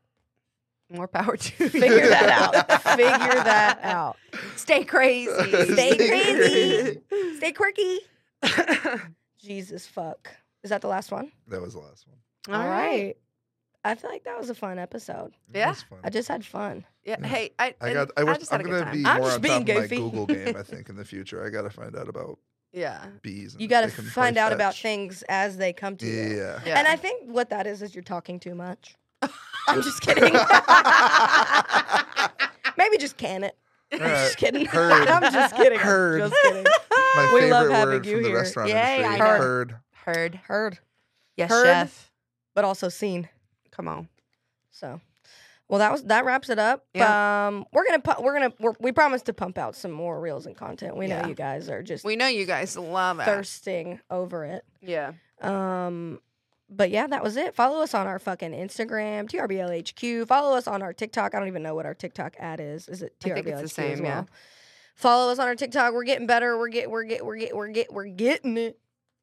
Speaker 2: More power to you.
Speaker 3: figure that out. figure that out.
Speaker 2: Stay crazy.
Speaker 3: Stay
Speaker 4: crazy.
Speaker 3: Stay quirky. Jesus fuck. Is that the last one?
Speaker 4: with 'em. That was the last one.
Speaker 2: All right.
Speaker 3: I feel like that was a fun episode.
Speaker 4: That
Speaker 2: Yeah.
Speaker 4: was fun.
Speaker 3: I just had fun.
Speaker 2: Yeah.
Speaker 4: Yeah.
Speaker 2: Hey, I,
Speaker 4: I
Speaker 2: and
Speaker 4: got. I was,
Speaker 2: just
Speaker 4: I
Speaker 2: had
Speaker 4: am
Speaker 2: a good
Speaker 4: gonna be
Speaker 2: time.
Speaker 3: I'm
Speaker 4: more
Speaker 3: just
Speaker 4: on
Speaker 3: being
Speaker 4: top of my
Speaker 3: goofy.
Speaker 4: Google game. I think in the future, I gotta find out about
Speaker 2: Yeah.
Speaker 4: bees. And
Speaker 3: You
Speaker 4: if
Speaker 3: got to
Speaker 4: they can play
Speaker 3: find out about
Speaker 4: fetch.
Speaker 3: things as they come to you.
Speaker 4: Yeah.
Speaker 2: Yeah.
Speaker 3: And I think what that is is you're talking too much. I'm just kidding. Maybe just can it. I'm just kidding.
Speaker 4: Heard.
Speaker 3: I'm just kidding.
Speaker 4: Heard.
Speaker 3: Just kidding.
Speaker 4: My
Speaker 3: We
Speaker 4: favorite
Speaker 3: love having
Speaker 4: word
Speaker 3: you
Speaker 4: from the
Speaker 3: here.
Speaker 4: restaurant
Speaker 2: Yeah,
Speaker 4: industry.
Speaker 2: I
Speaker 3: know.
Speaker 4: Heard.
Speaker 2: heard.
Speaker 3: Heard,
Speaker 2: Yes,
Speaker 3: Heard.
Speaker 2: chef.
Speaker 3: but also seen.
Speaker 2: Come on.
Speaker 3: So, well, that was that wraps it up. Um, we're gonna pu- we're gonna we're, we promise to pump out some more reels and content. We know
Speaker 2: Yeah.
Speaker 3: you guys are just
Speaker 2: We know you guys love it.
Speaker 3: thirsting over it.
Speaker 2: Yeah.
Speaker 3: Um, but yeah, that was it. Follow us on our fucking Instagram, TRBLHQ. Follow us on our TikTok. I don't even know what our TikTok ad is. Is it
Speaker 2: I
Speaker 3: TRBLHQ
Speaker 2: think it's the
Speaker 3: as
Speaker 2: same, yeah.
Speaker 3: well? Follow us on our TikTok. We're getting better. We're get we're get we're get we're get we're getting it.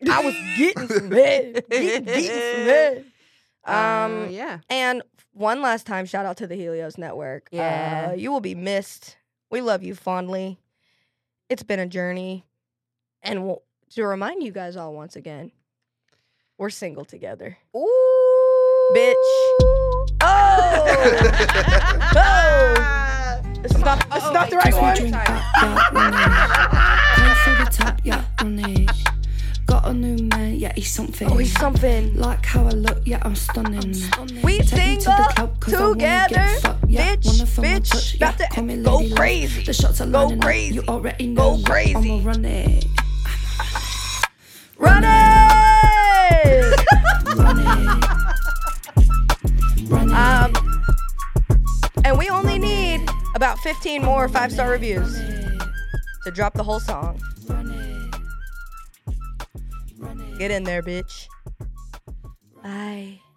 Speaker 3: I was getting some head. Getting, getting some head. Um
Speaker 2: Uh, yeah.
Speaker 3: and one last time, shout out to the Helios Network. Uh,
Speaker 2: Yeah.
Speaker 3: you will be missed. We love you fondly. It's been a journey. And we'll, to remind you guys all once again, we're single together.
Speaker 2: Ooh.
Speaker 3: Bitch. Oh!
Speaker 2: oh.
Speaker 3: it's not, it's not the right one.
Speaker 7: Can't the tap, yeah, on it. Got a new man, yeah, he's something.
Speaker 3: Oh, he's something.
Speaker 7: like how I look, yeah, I'm stunning.
Speaker 3: We
Speaker 7: Take me to
Speaker 3: single
Speaker 7: the club 'cause I wanna get
Speaker 3: together.
Speaker 7: fucked, yeah.
Speaker 3: Bitch,
Speaker 7: Wanna feel my touch,
Speaker 3: bitch.
Speaker 7: yeah.
Speaker 3: About
Speaker 7: Call me
Speaker 3: to
Speaker 7: lady
Speaker 3: go
Speaker 7: love.
Speaker 3: crazy.
Speaker 7: The shots are
Speaker 3: Go
Speaker 7: lining up.
Speaker 3: crazy.
Speaker 7: You already
Speaker 3: Go
Speaker 7: know. yeah,
Speaker 3: crazy.
Speaker 7: I'ma run it.
Speaker 3: Run it!
Speaker 7: Run it. Run it.
Speaker 3: Um, and we only need about 15 more five star reviews to drop the whole song.
Speaker 7: Run it.
Speaker 3: Get in there, bitch. Bye.